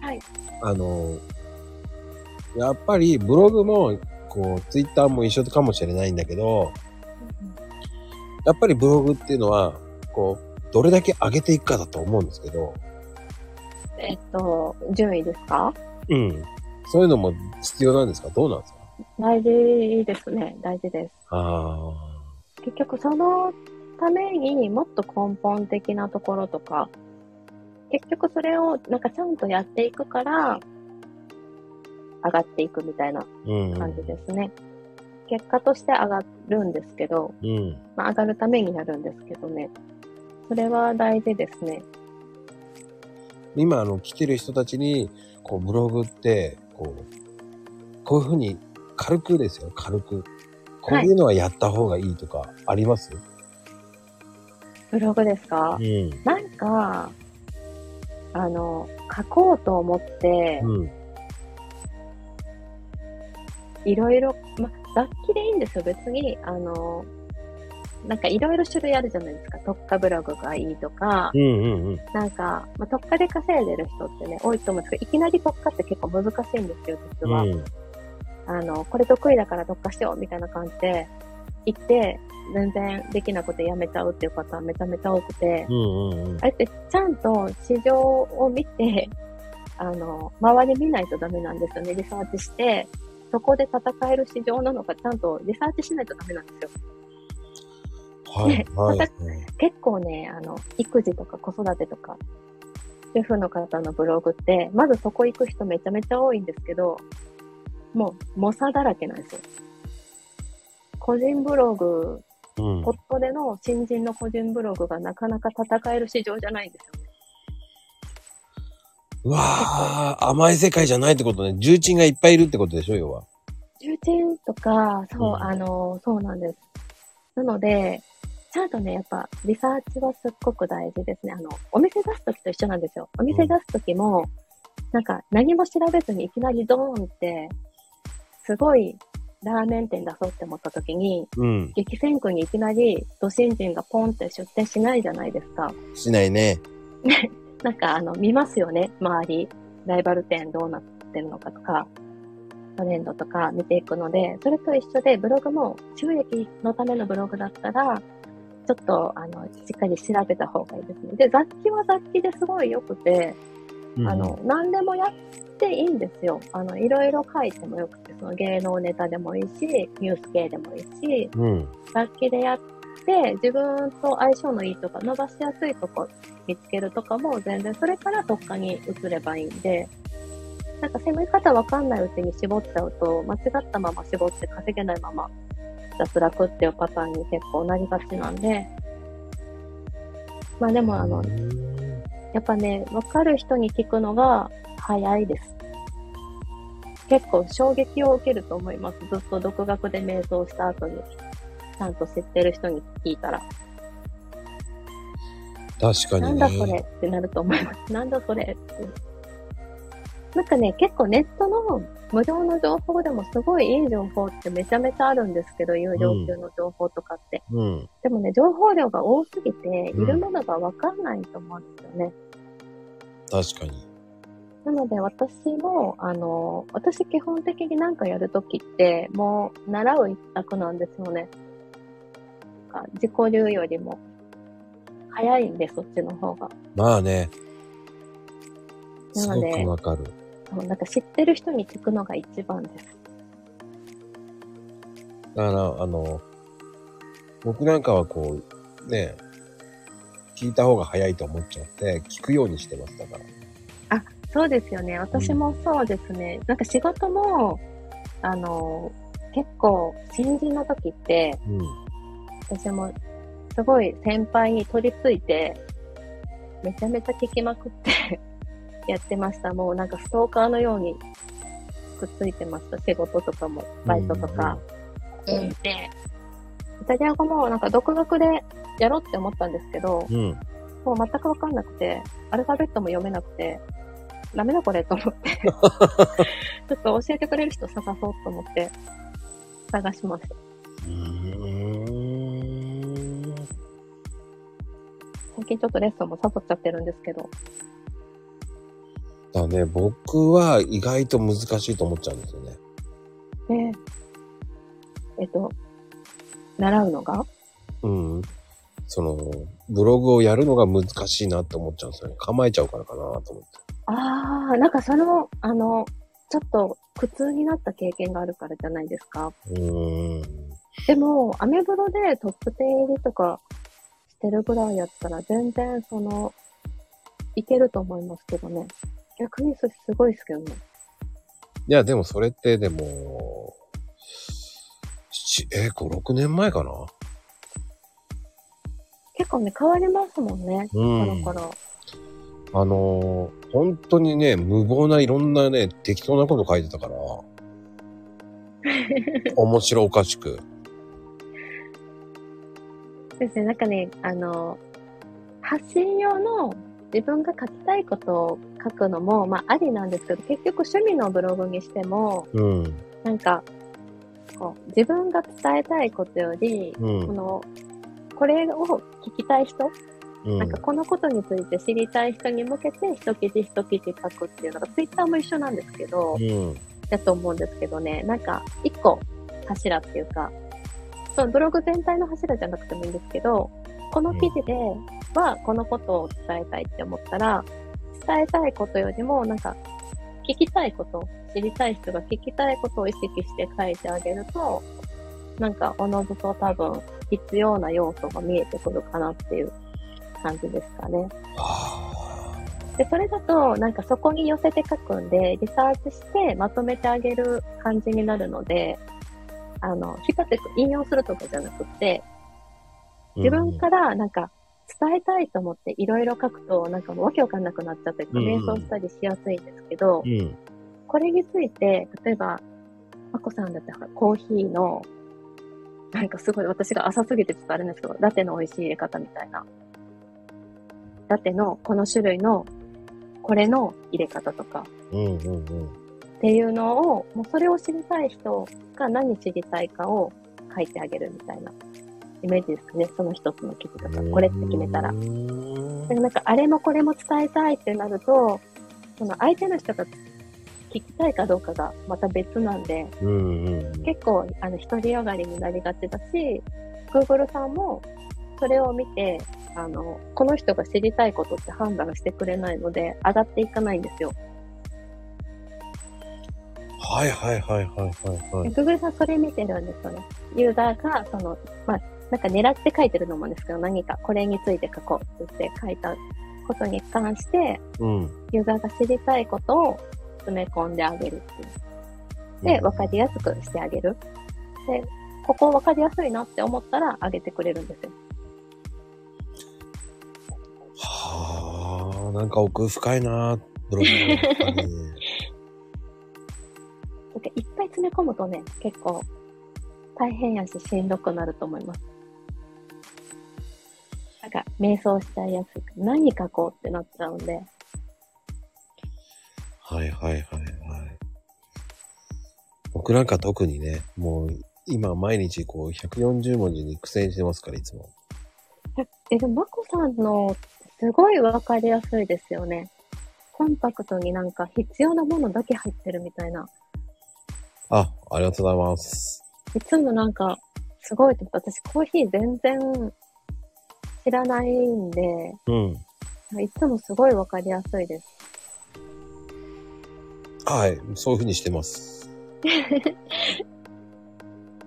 [SPEAKER 2] はい。
[SPEAKER 1] あの、やっぱりブログも、こう、ツイッターも一緒かもしれないんだけど、やっぱりブログっていうのは、こう、どれだけ上げていくかだと思うんですけど、
[SPEAKER 2] えっと、順位ですか
[SPEAKER 1] うん。そういうのも必要なんですかどうなんですか
[SPEAKER 2] 大事ですね。大事です。
[SPEAKER 1] あ
[SPEAKER 2] 結局そのためにもっと根本的なところとか、結局それをなんかちゃんとやっていくから、上がっていくみたいな
[SPEAKER 1] あ。うん。
[SPEAKER 2] 感じですね。結果として上がるんですけど、
[SPEAKER 1] うん。
[SPEAKER 2] まあ、上がるためになるんですけどね。それは大事ですね。
[SPEAKER 1] 今、あの、来てる人たちに、こう、ブログって、こう、こういうふうに、軽くですよ、軽く。こういうのはやった方がいいとか、あります、
[SPEAKER 2] ブログですか
[SPEAKER 1] うん。
[SPEAKER 2] なんか、あの、書こうと思って、
[SPEAKER 1] うん。
[SPEAKER 2] いろいろ、ま、楽器でいいんですよ、別に。あの、なんかいろいろ種類あるじゃないですか。特化ブログがいいとか
[SPEAKER 1] う、んうんうん。
[SPEAKER 2] なんか、ま、特化で稼いでる人ってね、多いと思うんですけど、いきなり特化って結構難しいんですよ、実は。
[SPEAKER 1] うん。
[SPEAKER 2] あの、これ得意だから特化しようみたいな感じで、行って、全然できなくてやめちゃうっていう方はめちゃめちゃ多くて、
[SPEAKER 1] うんうんうん。
[SPEAKER 2] あれってちゃんと市場を見て、 あの、周り見ないとダメなんですよね。リサーチして、そこで戦える市場なのか、ちゃんとリサーチしないとダメなんですよ。
[SPEAKER 1] はい
[SPEAKER 2] ね
[SPEAKER 1] はいは
[SPEAKER 2] ま
[SPEAKER 1] い。
[SPEAKER 2] 結構ね、あの、育児とか子育てとか、主婦の方のブログって、まずそこ行く人めちゃめちゃ多いんですけど、もう、猛者だらけなんですよ。個人ブログ、
[SPEAKER 1] うん
[SPEAKER 2] ポットでの新人の個人ブログがなかなか戦える市場じゃないんですよ。
[SPEAKER 1] うわあ、甘い世界じゃないってことね。重鎮がいっぱいいるってことでしょ、要は。
[SPEAKER 2] 重鎮とか、そう、
[SPEAKER 1] うん
[SPEAKER 2] あの、そうなんです。なので、ちゃんとね、やっぱ、リサーチはすっごく大事ですね。あの、お店出すときと一緒なんですよ。お店出すときも、なんか、何も調べずにいきなりドーンって、すごい、ラーメン店出そうって思ったときに、
[SPEAKER 1] うん。
[SPEAKER 2] 激戦区にいきなり、ド新人がポンって出店しないじゃないですか。
[SPEAKER 1] しないね。
[SPEAKER 2] なんか、あの、見ますよね、周り。ライバル店どうなってるのかとか、トレンドとか見ていくので、それと一緒で、ブログも収益のためのブログだったら、ちょっと、あの、しっかり調べた方がいいですね。で、雑記は雑記ですごい良くて、あの、何でもやっていいんですよ。あの、いろいろ書いてもよくて、その芸能ネタでもいいし、ニュース系でもいいし、
[SPEAKER 1] うん、うん。
[SPEAKER 2] 楽器でやって、自分と相性のいいとか、伸ばしやすいとこ見つけるとかも全然、それから特化に移ればいいんで、なんか攻め方わかんないうちに絞っちゃうと、間違ったまま絞って稼げないまま脱落っていうパターンに結構なりがちなんで、まあでもあの、やっぱね、わかる人に聞くのが早いです。結構衝撃を受けると思います。ずっと独学で瞑想した後に、ちゃんと知ってる人に聞いたら、
[SPEAKER 1] 確か
[SPEAKER 2] な
[SPEAKER 1] に
[SPEAKER 2] ん
[SPEAKER 1] ね。
[SPEAKER 2] だそれってなると思います。 なんだそれって。なんかね、結構ネットの無料の情報でもすごいいい情報ってめちゃめちゃあるんですけど、有料級の情報とかって。
[SPEAKER 1] うん。
[SPEAKER 2] でもね、情報量が多すぎて、い
[SPEAKER 1] うん
[SPEAKER 2] るものがわかんないと思うんですよね。
[SPEAKER 1] 確かに。
[SPEAKER 2] なので私も、あの、私基本的になんかやるときって、もう習う一択なんですよね。なんか自己流よりも早いんで、そっちの方が。
[SPEAKER 1] まあね。
[SPEAKER 2] な
[SPEAKER 1] す
[SPEAKER 2] の
[SPEAKER 1] ご
[SPEAKER 2] で
[SPEAKER 1] くわかる。
[SPEAKER 2] そう、なんか知ってる人に聞くのが一番です。
[SPEAKER 1] だから、あの、僕なんかはこう、ね、聞いた方が早いと思っちゃって、聞くようにしてます、だから。
[SPEAKER 2] そうですよね。私もそうですね。なんか仕事も、あの、結構、新人の時って、
[SPEAKER 1] うん。
[SPEAKER 2] 私も、すごい先輩に取り付いて、めちゃめちゃ聞きまくって やってました。もうなんかストーカーのようにくっついてました。仕事とかも、バイトとか。で、イタリア語もなんか独学でやろうって思ったんですけど、
[SPEAKER 1] うん。うん。
[SPEAKER 2] もう全くわかんなくて、アルファベットも読めなくて、ダメだこれと思 って。ちょっと教えてくれる人探そうと思って、探しました。
[SPEAKER 1] うん。
[SPEAKER 2] 最近ちょっとレッスンもサボっちゃってるんですけど。
[SPEAKER 1] だね、僕は意外と難しいと思っちゃうんですよね。
[SPEAKER 2] ねえ。えっと、習うのが
[SPEAKER 1] うん。その、ブログをやるのが難しいなって思っちゃうんですよね。構えちゃうからかなと思って。
[SPEAKER 2] ああ、なんかその、あの、ちょっと苦痛になった経験があるからじゃないですか。
[SPEAKER 1] うーん。
[SPEAKER 2] でも、アメブロでトップ10入りとかしてるぐらいやったら、全然その、いけると思いますけどね。逆にそれすごいですけどね。
[SPEAKER 1] いや、でもそれって、でも、七えー、5、6年前かな
[SPEAKER 2] 結構ね、変わりますもんね。
[SPEAKER 1] う
[SPEAKER 2] コ
[SPEAKER 1] ん
[SPEAKER 2] ロ。コロ。
[SPEAKER 1] あのー本当にね、無謀ないろんなね、適当なこと書いてた から、面白おかしく。
[SPEAKER 2] ですね、なんかね、あの、発信用の自分が書きたいことを書くのも、まあ、ありなんですけど、結局趣味のブログにしても、
[SPEAKER 1] うん。
[SPEAKER 2] なんか、こう、自分が伝えたいことより、
[SPEAKER 1] う
[SPEAKER 2] こ
[SPEAKER 1] ん。
[SPEAKER 2] の、これを聞きたい人、
[SPEAKER 1] う
[SPEAKER 2] なん
[SPEAKER 1] ん
[SPEAKER 2] か。このことについて知りたい人に向けて一記事一記事書くっていうのが、ツイッターも一緒なんですけど、
[SPEAKER 1] うん。
[SPEAKER 2] だと思うんですけどね、なんか、一個柱っていうか、そのブログ全体の柱じゃなくてもいいんですけど、この記事ではこのことを伝えたいって思ったら、伝えたいことよりも、なんか、聞きたいこと、知りたい人が聞きたいことを意識して書いてあげると、なんか、おのずと多分、必要な要素が見えてくるかなっていう感じですかね。
[SPEAKER 1] あ
[SPEAKER 2] で、それだと、なんかそこに寄せて書くんで、リサーチしてまとめてあげる感じになるので、あの、引っ張ってく引用するとかじゃなくて、
[SPEAKER 1] ー
[SPEAKER 2] 自分からなんか伝えたいと思っていろいろ書くと、なんかもうわけわかんなくなっちゃって、
[SPEAKER 1] うん
[SPEAKER 2] 迷走したりしやすいんですけど
[SPEAKER 1] う、ん。
[SPEAKER 2] これについて、例えば、まこさんだったらコーヒーの、なんかすごい私が浅すぎてちょっとあれなんですけど、ラテの美味しい入れ方みたいな。ラテのこの種類の、これの入れ方とか
[SPEAKER 1] うん。うん。うん。うん。
[SPEAKER 2] っていうのを、もうそれを知りたい人が何知りたいかを書いてあげるみたいなイメージですかね。その一つの記事とか、これって決めたら
[SPEAKER 1] う。ーん
[SPEAKER 2] でもなんかあれもこれも伝えたいってなると、その相手の人が聞きたいかどうかがまた別なんで、
[SPEAKER 1] うんうんうん。
[SPEAKER 2] 結構あの独りよがりになりがちだし、Google さんもそれを見て、あの、この人が知りたいことって判断してくれないので、上がっていかないんですよ。
[SPEAKER 1] はいはいはいはいはいは
[SPEAKER 2] で
[SPEAKER 1] い。
[SPEAKER 2] Google さんそれ見てるんですよね。ユーザーが、その、まあ、なんか狙って書いてるのもですけど、何かこれについて書こうって言って書いたことに関して、
[SPEAKER 1] うん。
[SPEAKER 2] ユーザーが知りたいことを詰め込んであげるっていう。で、わかりやすくしてあげる。で、ここわかりやすいなって思ったら上げてくれるんですよ。
[SPEAKER 1] はあ、なんか奥深いなブログの中に。
[SPEAKER 2] なんかいっぱい詰め込むとね、結構大変やししんどくなると思います。なんか迷走しちゃいやすく、何書こうってなっちゃうんで、
[SPEAKER 1] はいはいはいはい。僕なんか特にね、もう今毎日こう140文字に苦戦してますから、いつも。
[SPEAKER 2] え、でも、まこさんの、すごいわかりやすいですよね。コンパクトになんか必要なものだけ入ってるみたいな。
[SPEAKER 1] あ、ありがとうございます。
[SPEAKER 2] いつもなんか、すごいと思って、私コーヒー全然知らないんで、
[SPEAKER 1] うん。
[SPEAKER 2] いつもすごいわかりやすいです。
[SPEAKER 1] はい。そういうふうにしてます。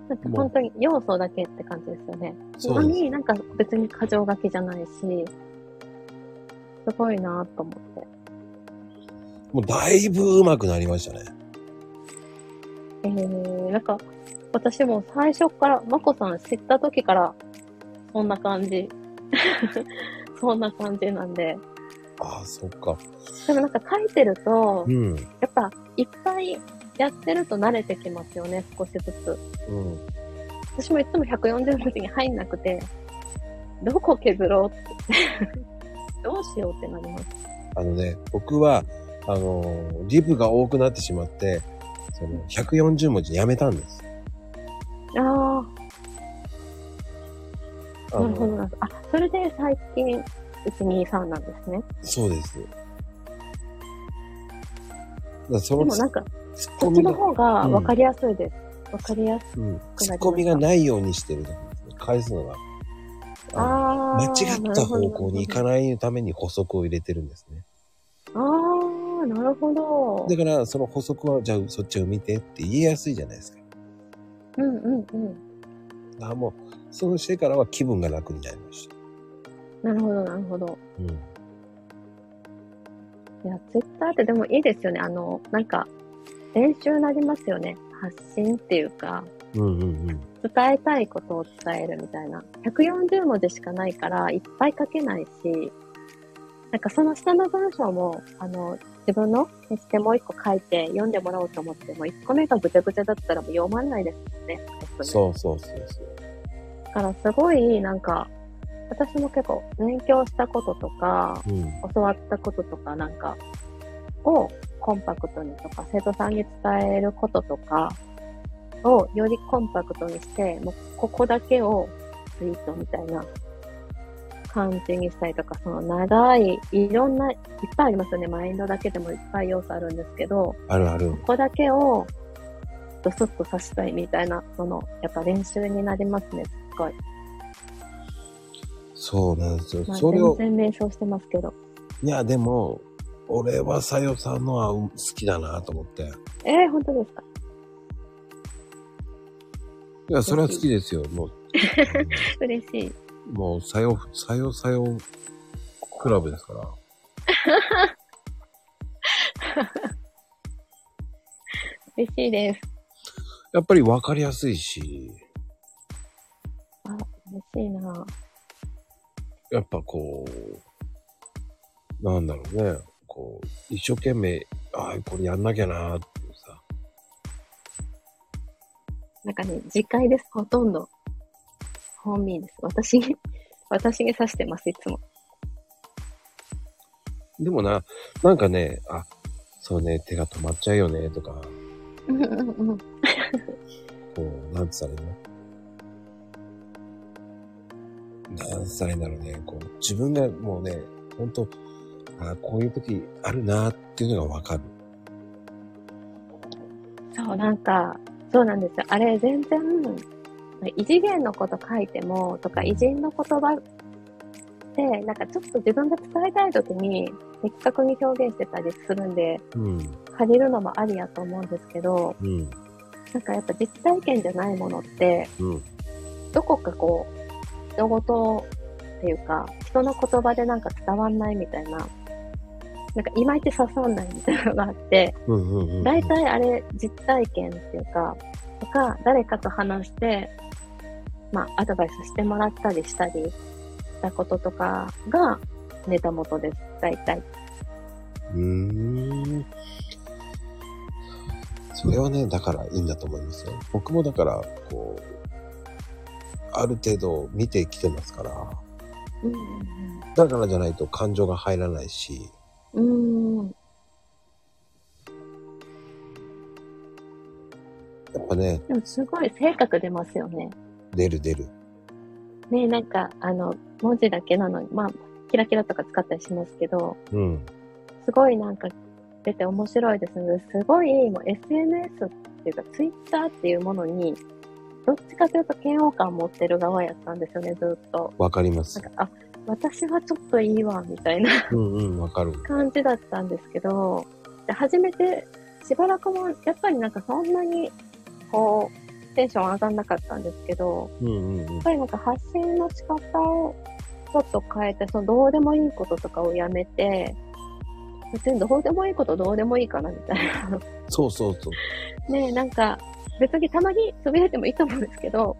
[SPEAKER 2] なんか本当に要素だけって感じですよね。
[SPEAKER 1] そ
[SPEAKER 2] そうこ
[SPEAKER 1] です。
[SPEAKER 2] になんか別に過剰書きじゃないし、すごいなと思って。
[SPEAKER 1] もうだいぶ上手くなりましたね。
[SPEAKER 2] えー、なんか私も最初から、まこさん知った時から、そんな感じ。 そんな感じなんで。
[SPEAKER 1] ああ、そっか。
[SPEAKER 2] でもなんか書いてると
[SPEAKER 1] う、ん。
[SPEAKER 2] やっぱいっぱいやってると慣れてきますよね、少しずつ。
[SPEAKER 1] うん。
[SPEAKER 2] 私もいつも140文字に入んなくて、どこ削ろうって。 どうしようってなります。
[SPEAKER 1] あのね、僕は、あのーリブが多くなってしまって、その、140文字やめたんです。
[SPEAKER 2] あ
[SPEAKER 1] あ
[SPEAKER 2] あ、なるほど
[SPEAKER 1] の
[SPEAKER 2] な。あ、それで最近、123なんですね。
[SPEAKER 1] そうです。だからそ
[SPEAKER 2] で
[SPEAKER 1] の
[SPEAKER 2] も
[SPEAKER 1] ツ
[SPEAKER 2] なんか、
[SPEAKER 1] ツッ
[SPEAKER 2] こ
[SPEAKER 1] コ
[SPEAKER 2] っち
[SPEAKER 1] ミ
[SPEAKER 2] の
[SPEAKER 1] が、
[SPEAKER 2] 方がわかりやすいです。わ、かりやすい。
[SPEAKER 1] うん、ツッコミがないようにしてるだけですね。返すのが。あ
[SPEAKER 2] あ
[SPEAKER 1] の間
[SPEAKER 2] あ。
[SPEAKER 1] 違った方向に行か
[SPEAKER 2] な
[SPEAKER 1] ないために補足を入れてるんですね。
[SPEAKER 2] い。ああ、なるほど
[SPEAKER 1] だ。から、その補足は、じゃあそっちを見てって言えやすいじゃないですか。
[SPEAKER 2] うんうんうん。
[SPEAKER 1] あもう、そうしてからは気分が楽になりました。
[SPEAKER 2] なるほど、なるほど。
[SPEAKER 1] うん。
[SPEAKER 2] いや、ツイッターってでもいいですよね。あの、なんか、練習になりますよね。発信っていうか、
[SPEAKER 1] うんうんうん。
[SPEAKER 2] 伝えたいことを伝えるみたいな。140文字しかないから、いっぱい書けないし、なんかその下の文章も、あの、自分のにしてもう一個書いて読んでもらおうと思っても、一個目がぐちゃぐちゃだったらもう読まないですもんね。
[SPEAKER 1] そうそうそうそう。
[SPEAKER 2] だからすごい、なんか、私も結構勉強したこととか、
[SPEAKER 1] うん。
[SPEAKER 2] 教わったこととかなんかをコンパクトにとか、生徒さんに伝えることとかをよりコンパクトにして、もうここだけをツイートみたいな感じにしたりとか、その長い、いろんな、いっぱいありますよね。マインドだけでもいっぱい要素あるんですけど、
[SPEAKER 1] あるある。
[SPEAKER 2] ここだけをドスッと刺したいみたいなのの、やっぱ練習になりますね。すっごい。
[SPEAKER 1] そうなんですよ。
[SPEAKER 2] まあ、
[SPEAKER 1] それを、
[SPEAKER 2] 全然瞑想してますけど。
[SPEAKER 1] いや、でも、俺はさよさんのは好きだなと思って。
[SPEAKER 2] えー、本当ですか
[SPEAKER 1] いや、それは好きですよ。 もう、
[SPEAKER 2] 嬉しい。
[SPEAKER 1] もう、さよ、さよさよ、クラブですから。
[SPEAKER 2] 嬉しいです。
[SPEAKER 1] やっぱり分かりやすいし、
[SPEAKER 2] あ、嬉しいな。
[SPEAKER 1] やっぱこう、なんだろうね。こう、一生懸命、ああ、これやんなきゃなーっていうさ。
[SPEAKER 2] なんかね、次回です。ほとんど。本人です。私に、 私に刺してます、いつも。
[SPEAKER 1] でもな、なんかね、あ、そうね、手が止まっちゃうよね、とか、
[SPEAKER 2] うんうんうん。
[SPEAKER 1] こう、なんつったらいいのなんつったらいいんだろうね。こう、自分がもうね、ほんと、あこういう時あるなーっていうのがわかる。
[SPEAKER 2] そう、なんか、そうなんですよ。あれ、全然、異次元のこと書いても、とか、偉人の言葉って、なんかちょっと自分が伝えたい時に、的確に表現してたりするんで、
[SPEAKER 1] うん、
[SPEAKER 2] 借りるのもありやと思うんですけど、
[SPEAKER 1] うん、
[SPEAKER 2] なんかやっぱ実体験じゃないものって、
[SPEAKER 1] うん。
[SPEAKER 2] どこかこう、人ごとっていうか、人の言葉でなんか伝わんないみたいな、なんかいまいち刺さんないみたいなのがあって、
[SPEAKER 1] うんうんうんうん。
[SPEAKER 2] 大体あれ実体験っていうか、とか、誰かと話して、まあ、アドバイスしてもらったりしたりしたこととかがネタ元です、大体。
[SPEAKER 1] うーん。それはね、だからいいんだと思いますよ。僕もだから、こう、ある程度見てきてますから、
[SPEAKER 2] う
[SPEAKER 1] だからじゃないと感情が入らないし、
[SPEAKER 2] ん。うん。
[SPEAKER 1] やっぱね、
[SPEAKER 2] でもすごい性格出ますよね。
[SPEAKER 1] 出る出る。
[SPEAKER 2] ねなんか、あの、文字だけなのに、まあ、キラキラとか使ったりしますけど、
[SPEAKER 1] うん。
[SPEAKER 2] すごいなんか出て面白いですので、すごいもう SNS っていうか Twitter っていうものに、どっちかというと嫌悪感を持ってる側やったんですよね、ずっと。
[SPEAKER 1] わかります。
[SPEAKER 2] なんか、あ、私はちょっといいわ、みたいな
[SPEAKER 1] うんうん、わかる。
[SPEAKER 2] 感じだったんですけど、で初めてしばらくも、やっぱりなんかそんなに、こう、テンション上がんなかったんですけど、
[SPEAKER 1] うんうんうん
[SPEAKER 2] やっ。ぱりなんか発信の仕方をちょっと変えて、そのどうでもいいこととかをやめて、別にどうでもいいことどうでもいいかなみたいな。
[SPEAKER 1] そうそうそう。
[SPEAKER 2] ねえ、なんか、別にたまにつぶやいてもいいと思うんですけど、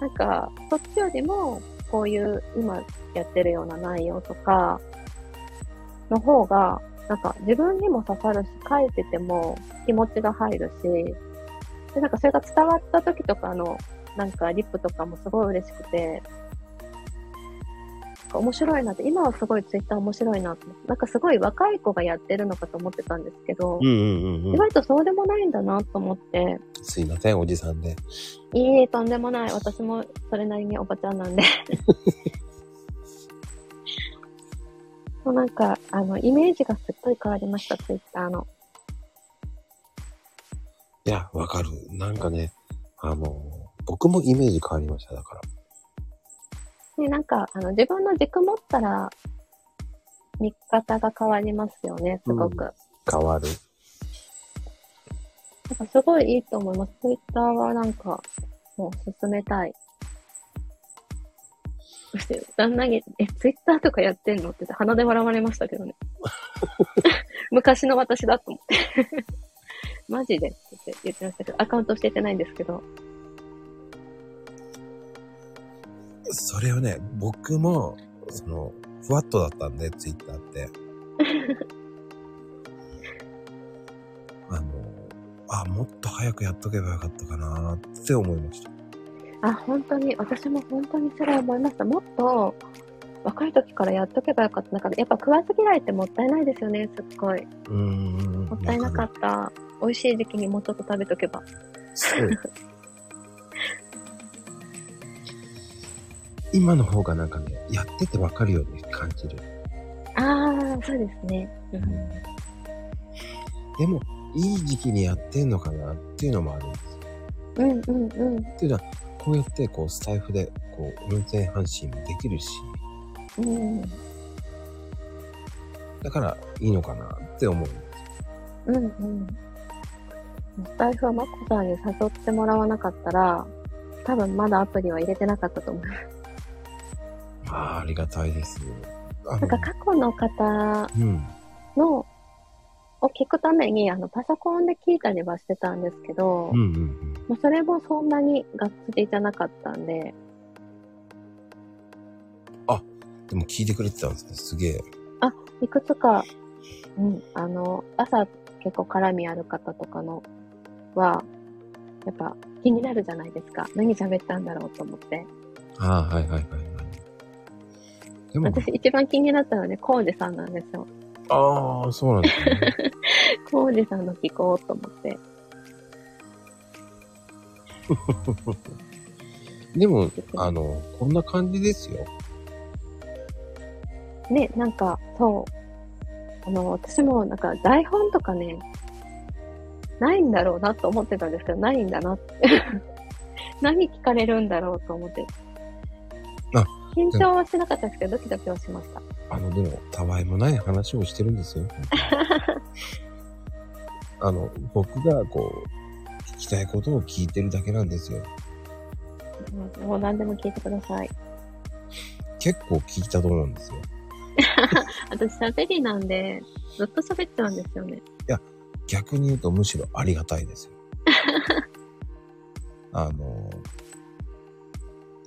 [SPEAKER 2] なんか、そっちよりも、こういう今やってるような内容とか、の方が、なんか自分にも刺さるし、書いてても気持ちが入るし、で、なんかそれが伝わった時とかの、なんかリップとかもすごい嬉しくて、なんか面白いなって、今はすごいツイッター面白いなって、なんかすごい若い子がやってるのかと思ってたんですけど、
[SPEAKER 1] うんうんうんう
[SPEAKER 2] 意
[SPEAKER 1] ん。
[SPEAKER 2] 外とそうでもないんだなと思って、
[SPEAKER 1] すいません、おじさんで。
[SPEAKER 2] いいえ、とんでもない。私もそれなりにおばちゃんなんで。 もうなんか、あの、イメージがすっごい変わりました、ツイッターの。
[SPEAKER 1] いや、わかる。なんかね、あの、僕もイメージ変わりました、だから。
[SPEAKER 2] で、なんか、あの、自分の軸持ったら、見方が変わりますよね、すごく。
[SPEAKER 1] う変わる。
[SPEAKER 2] なんかすごいいいと思います。ツイッターはなんか、もう進めたい。そして、旦那に、え、ツイッターとかやってんのって言って鼻で笑われましたけどね。 昔の私だと思って。 マジでって言って言ってましたけど、アカウント教えてないんですけど。
[SPEAKER 1] それをね、僕も、その、ふわっとだったんで、ツイッター って。あの、あ、もっと早くやっとけばよかったかなって思いました。
[SPEAKER 2] あ、本当に、私も本当にそれ思いました。もっと、若い時からやっとけばよかった。なんか、やっぱ食わず嫌いってもったいないですよね、すっごい。
[SPEAKER 1] うーん。
[SPEAKER 2] もったいなか
[SPEAKER 1] わる。
[SPEAKER 2] った。美味しい時期にもうちょっと食べとけば。
[SPEAKER 1] そう。今の方がなんかね、やっててわかるように感じる。
[SPEAKER 2] ああ、そうですね。うん
[SPEAKER 1] でも、いい時期にやってんのかなっていうのもあるんです。
[SPEAKER 2] うんうんうん
[SPEAKER 1] っていうのは、こうやって、こう、スタイフで、こう、運転半身もできるし、
[SPEAKER 2] うん
[SPEAKER 1] だから、いいのかなって思う。
[SPEAKER 2] うんうん。スタイフはマコさんに誘ってもらわなかったら、多分まだアプリは入れてなかったと思う。
[SPEAKER 1] まあ、ありがたいです。あ
[SPEAKER 2] なんか過去の方
[SPEAKER 1] うん。
[SPEAKER 2] の、を聞くために、あの、パソコンで聞いたりはしてたんですけど、
[SPEAKER 1] うんうんうん。
[SPEAKER 2] まあそれもそんなにがっつりじゃなかったんで、
[SPEAKER 1] でも、聞いてくれてたんですね。すげえ。
[SPEAKER 2] いくつか、うん、あの、朝結構絡みある方とかのは、やっぱ気になるじゃないですか。何喋ったんだろうと思って。
[SPEAKER 1] ああ、はいはいはいはい。でも、
[SPEAKER 2] 私一番気になったのはね、コウジさんなんですよ。
[SPEAKER 1] ああ、そうなんですね。
[SPEAKER 2] コウジさんの聞こうと思って。
[SPEAKER 1] でも、あの、こんな感じですよ。
[SPEAKER 2] ね、なんか、そう。あの、私もなんか台本とかね、ないんだろうなと思ってたんですけど、ないんだなって。 何聞かれるんだろうと思って。
[SPEAKER 1] あ
[SPEAKER 2] 緊張はしなかったですけど、ドキドキはしました。
[SPEAKER 1] あの、でも、たわいもない話をしてるんですよ。あの、僕が、こう、聞きたいことを聞いてるだけなんですよ。
[SPEAKER 2] うんもう何でも聞いてください。
[SPEAKER 1] 結構聞いたと思うんですよ。
[SPEAKER 2] 私喋りなんで、ずっと喋っちゃうんですよ ね。
[SPEAKER 1] 逆に言うとむしろありがたいですよ。あの、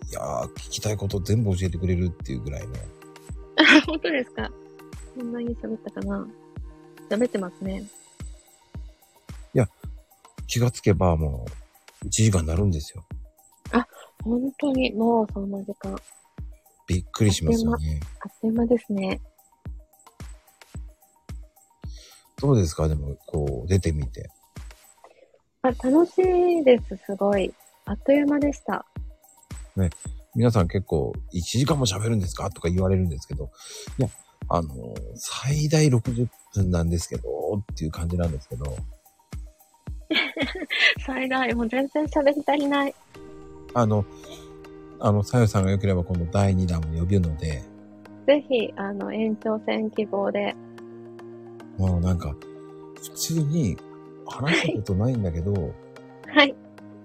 [SPEAKER 1] いやー、聞きたいこと全部教えてくれるっていうぐらいね。
[SPEAKER 2] 本当ですかそんなに喋ったかな喋ってますね。
[SPEAKER 1] 気がつけばもう、1時間になるんですよ。
[SPEAKER 2] 本当にもうそんな時間、あっ
[SPEAKER 1] びっくりしますよね。
[SPEAKER 2] という間ですね。
[SPEAKER 1] どうですかでも、こう、出てみて。
[SPEAKER 2] あ楽しいです、すごい。あっという間でした。
[SPEAKER 1] 皆さん結構、1時間も喋るんですかとか言われるんですけど、いや、あの、最大60分なんですけど、っていう感じなんですけど、
[SPEAKER 2] 最大、もう全然喋り足りない。
[SPEAKER 1] あの、あの、さよさんが良ければ、この第2弾も呼ぶので、
[SPEAKER 2] ぜひ、あの、延長戦希望で。
[SPEAKER 1] もうなんか、普通に話したことないんだけど、も
[SPEAKER 2] はい。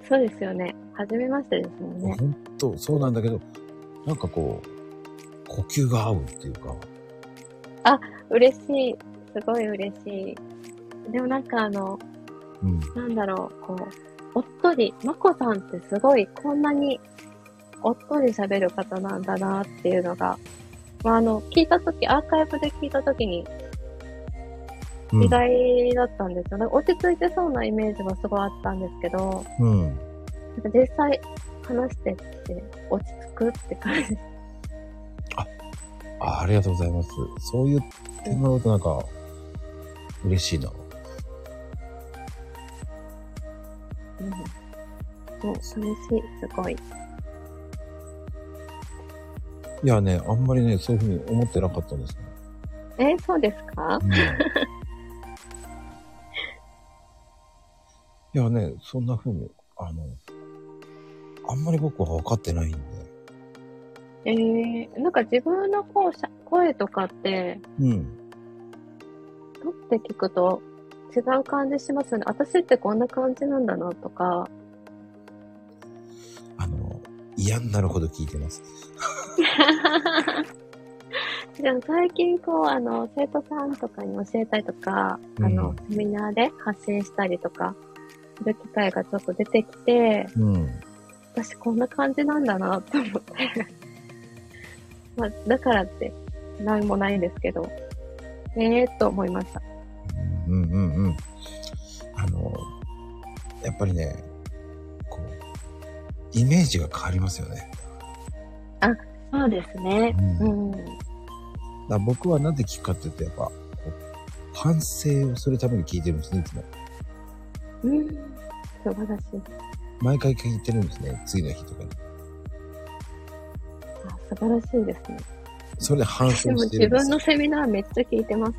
[SPEAKER 2] そうですよね。初めましてですもん
[SPEAKER 1] う
[SPEAKER 2] ね。
[SPEAKER 1] ほんと、そうなんだけど、なんかこう、呼吸が合うっていうか、
[SPEAKER 2] 嬉しい。すごい嬉しい。でもなんかあの、
[SPEAKER 1] うん。
[SPEAKER 2] なんだろう、こう、おっとり、まこさんってすごいこんなにおっとり喋る方なんだなっていうのが、まああの、聞いたとき、アーカイブで聞いたときに
[SPEAKER 1] うん
[SPEAKER 2] 意外だったんですよね。落ち着いてそうなイメージはすごいあったんですけど、
[SPEAKER 1] うん。
[SPEAKER 2] なんか実際話してって落ち着くって感じ。
[SPEAKER 1] あありがとうございます。そう言ってもらうとなんか、嬉しいな。
[SPEAKER 2] うん。もう、寂しい、すごい。
[SPEAKER 1] いやね、あんまりね、そういうふうに思ってなかったんですね。
[SPEAKER 2] えーそうですか
[SPEAKER 1] うんいやね、そんなふうに、あの、あんまり僕は分かってないんで。
[SPEAKER 2] えー、なんか自分のこうしゃ声とかって、
[SPEAKER 1] うん。
[SPEAKER 2] 撮って聞くと違う感じしますよね。私ってこんな感じなんだなと か。
[SPEAKER 1] あの、嫌になるほど聞いてます。
[SPEAKER 2] じゃあ最近こう、あの、生徒さんとかに教えたりとか、あ
[SPEAKER 1] う
[SPEAKER 2] の
[SPEAKER 1] ん、
[SPEAKER 2] セミナーで発信したりとか、する機会がちょっと出てきて、
[SPEAKER 1] うん。
[SPEAKER 2] 私こんな感じなんだなと思って。 まあ、だからって、なんもないんですけど、ええー、と思いました。
[SPEAKER 1] うんうんうん。あの、やっぱりね、こう、イメージが変わりますよね。
[SPEAKER 2] そうですね。
[SPEAKER 1] う
[SPEAKER 2] うん。
[SPEAKER 1] だから僕はなんで聞くかって言って、やっぱ、こう反省をするために聞いてるんですね、いつも。
[SPEAKER 2] うん。素晴らしい。
[SPEAKER 1] 毎回聞いてるんですね、次の日とかに。
[SPEAKER 2] あ素晴らしいですね。
[SPEAKER 1] それで反省
[SPEAKER 2] でも
[SPEAKER 1] してる
[SPEAKER 2] 自
[SPEAKER 1] んです
[SPEAKER 2] 分のセミナーめっちゃ聞いてます。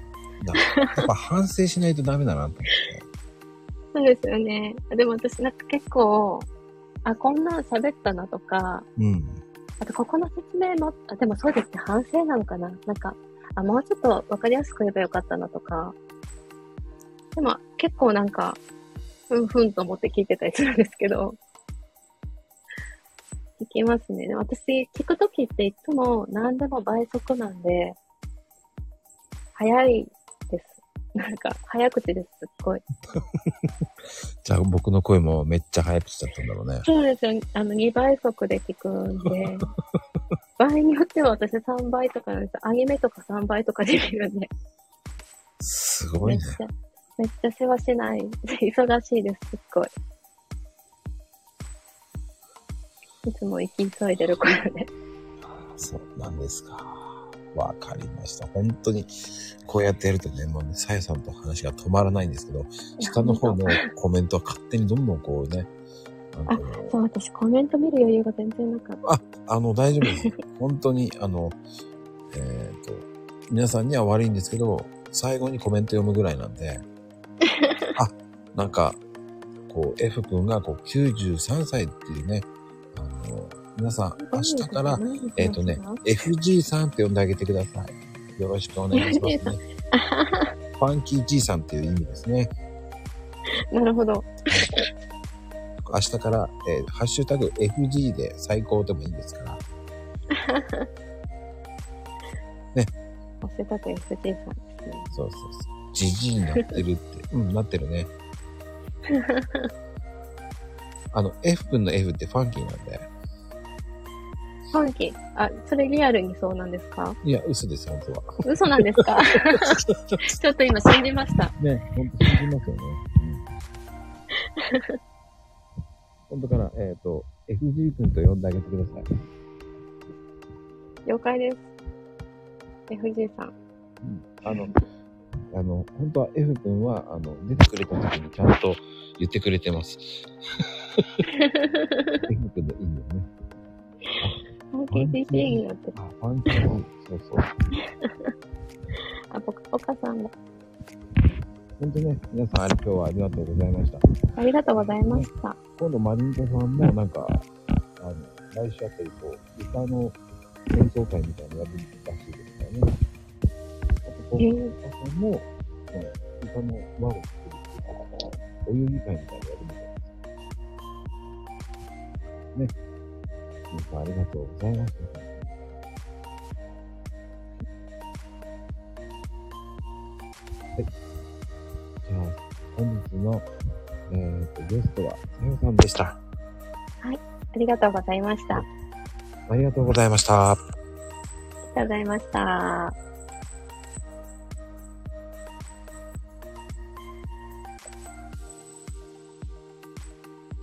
[SPEAKER 1] やっぱ反省しないとダメだなと思って。
[SPEAKER 2] そうですよね。でも私なんか結構、あ、こんなん喋ったなとか、
[SPEAKER 1] うん。
[SPEAKER 2] あとここの説明も、あ、でもそうですね、反省なのかな。なんか、あ、もうちょっとわかりやすく言えばよかったなとか。でも結構なんか、ふんふんと思って聞いてたりするんですけど。聞きますね。でも私、聞くときっていつも何でも倍速なんで、早いです。なんか、早口です、すっごい。
[SPEAKER 1] じゃあ僕の声もめっちゃ早くしちゃったんだろうね。
[SPEAKER 2] そうですよ。あの、2倍速で聞くん で。場合によっては私3倍とかなんですよアニメとか3倍とかできるんで。
[SPEAKER 1] すご
[SPEAKER 2] め
[SPEAKER 1] い
[SPEAKER 2] っ
[SPEAKER 1] ね
[SPEAKER 2] ち。ゃ、めっちゃ世話しない。忙しいです、すっごい。いつも行き急いでるからね。
[SPEAKER 1] そうなんですか。わかりました。本当に、こうやってやるとね、もうね、さやさんと話が止まらないんですけど、下の方のコメントは勝手にどんどんこうね、あの、
[SPEAKER 2] そう、私コメント見る余裕が全然なかっ
[SPEAKER 1] あ、あの、大丈夫です。本当に、あの、えっ、と、皆さんには悪いんですけど、最後にコメント読むぐらいなんで、あ、なんか、こう、F 君がこう93歳っていうね、あの、皆さん、
[SPEAKER 2] た。
[SPEAKER 1] 明日から、
[SPEAKER 2] 何の話だ
[SPEAKER 1] えっ、とね、FG さんって呼んであげてください。よろしくお願いしますね。ファンキー G さんっていう意味ですね。
[SPEAKER 2] なるほど。
[SPEAKER 1] 明日から、えーハッシュタグ FG で最高でもいいですから、
[SPEAKER 2] 教えたと FG さんですね。
[SPEAKER 1] そうそうそう。じじいになってるって。うん、なってる ね。あの、F 君の F ってファンキーなんで。
[SPEAKER 2] ファンキー。あ、それリアルにそうなんですか
[SPEAKER 1] いや、嘘です、本当は。
[SPEAKER 2] 嘘なんで すか ちょっと今信じました。
[SPEAKER 1] ね、本当信じますよね。うん、本当から、えっ、と、FG 君と呼んであげてください。
[SPEAKER 2] 了解です。FG さん。
[SPEAKER 1] うん、あの、あの、本当は F 君は、あの、出てくれた時にちゃんと言ってくれて ます。F 君の意味をね。
[SPEAKER 2] ファンキー CC になってる。
[SPEAKER 1] あ、ファンキー、そうそう。
[SPEAKER 2] あ、ぽかぽかさんが。
[SPEAKER 1] 本当ね、皆さんあれ今日はありがとうございました。
[SPEAKER 2] ありがとうございました。
[SPEAKER 1] 今度、マリンコさんもなんか、あの、来週あたり、こう、歌の演奏会みたいなのやるらしいですからね。あと、ポ
[SPEAKER 2] え
[SPEAKER 1] ッ
[SPEAKER 2] ー
[SPEAKER 1] カさんも、ね、歌の輪を作るっていうことお遊戯会みたいなのやるみたいです。ね。皆さんありがとうございました。はい。じゃあ、本日の、えー、と、ゲストは、さよさんでした。
[SPEAKER 2] ありがとうございました。あり
[SPEAKER 1] ありがとうございました。
[SPEAKER 2] がとうございました。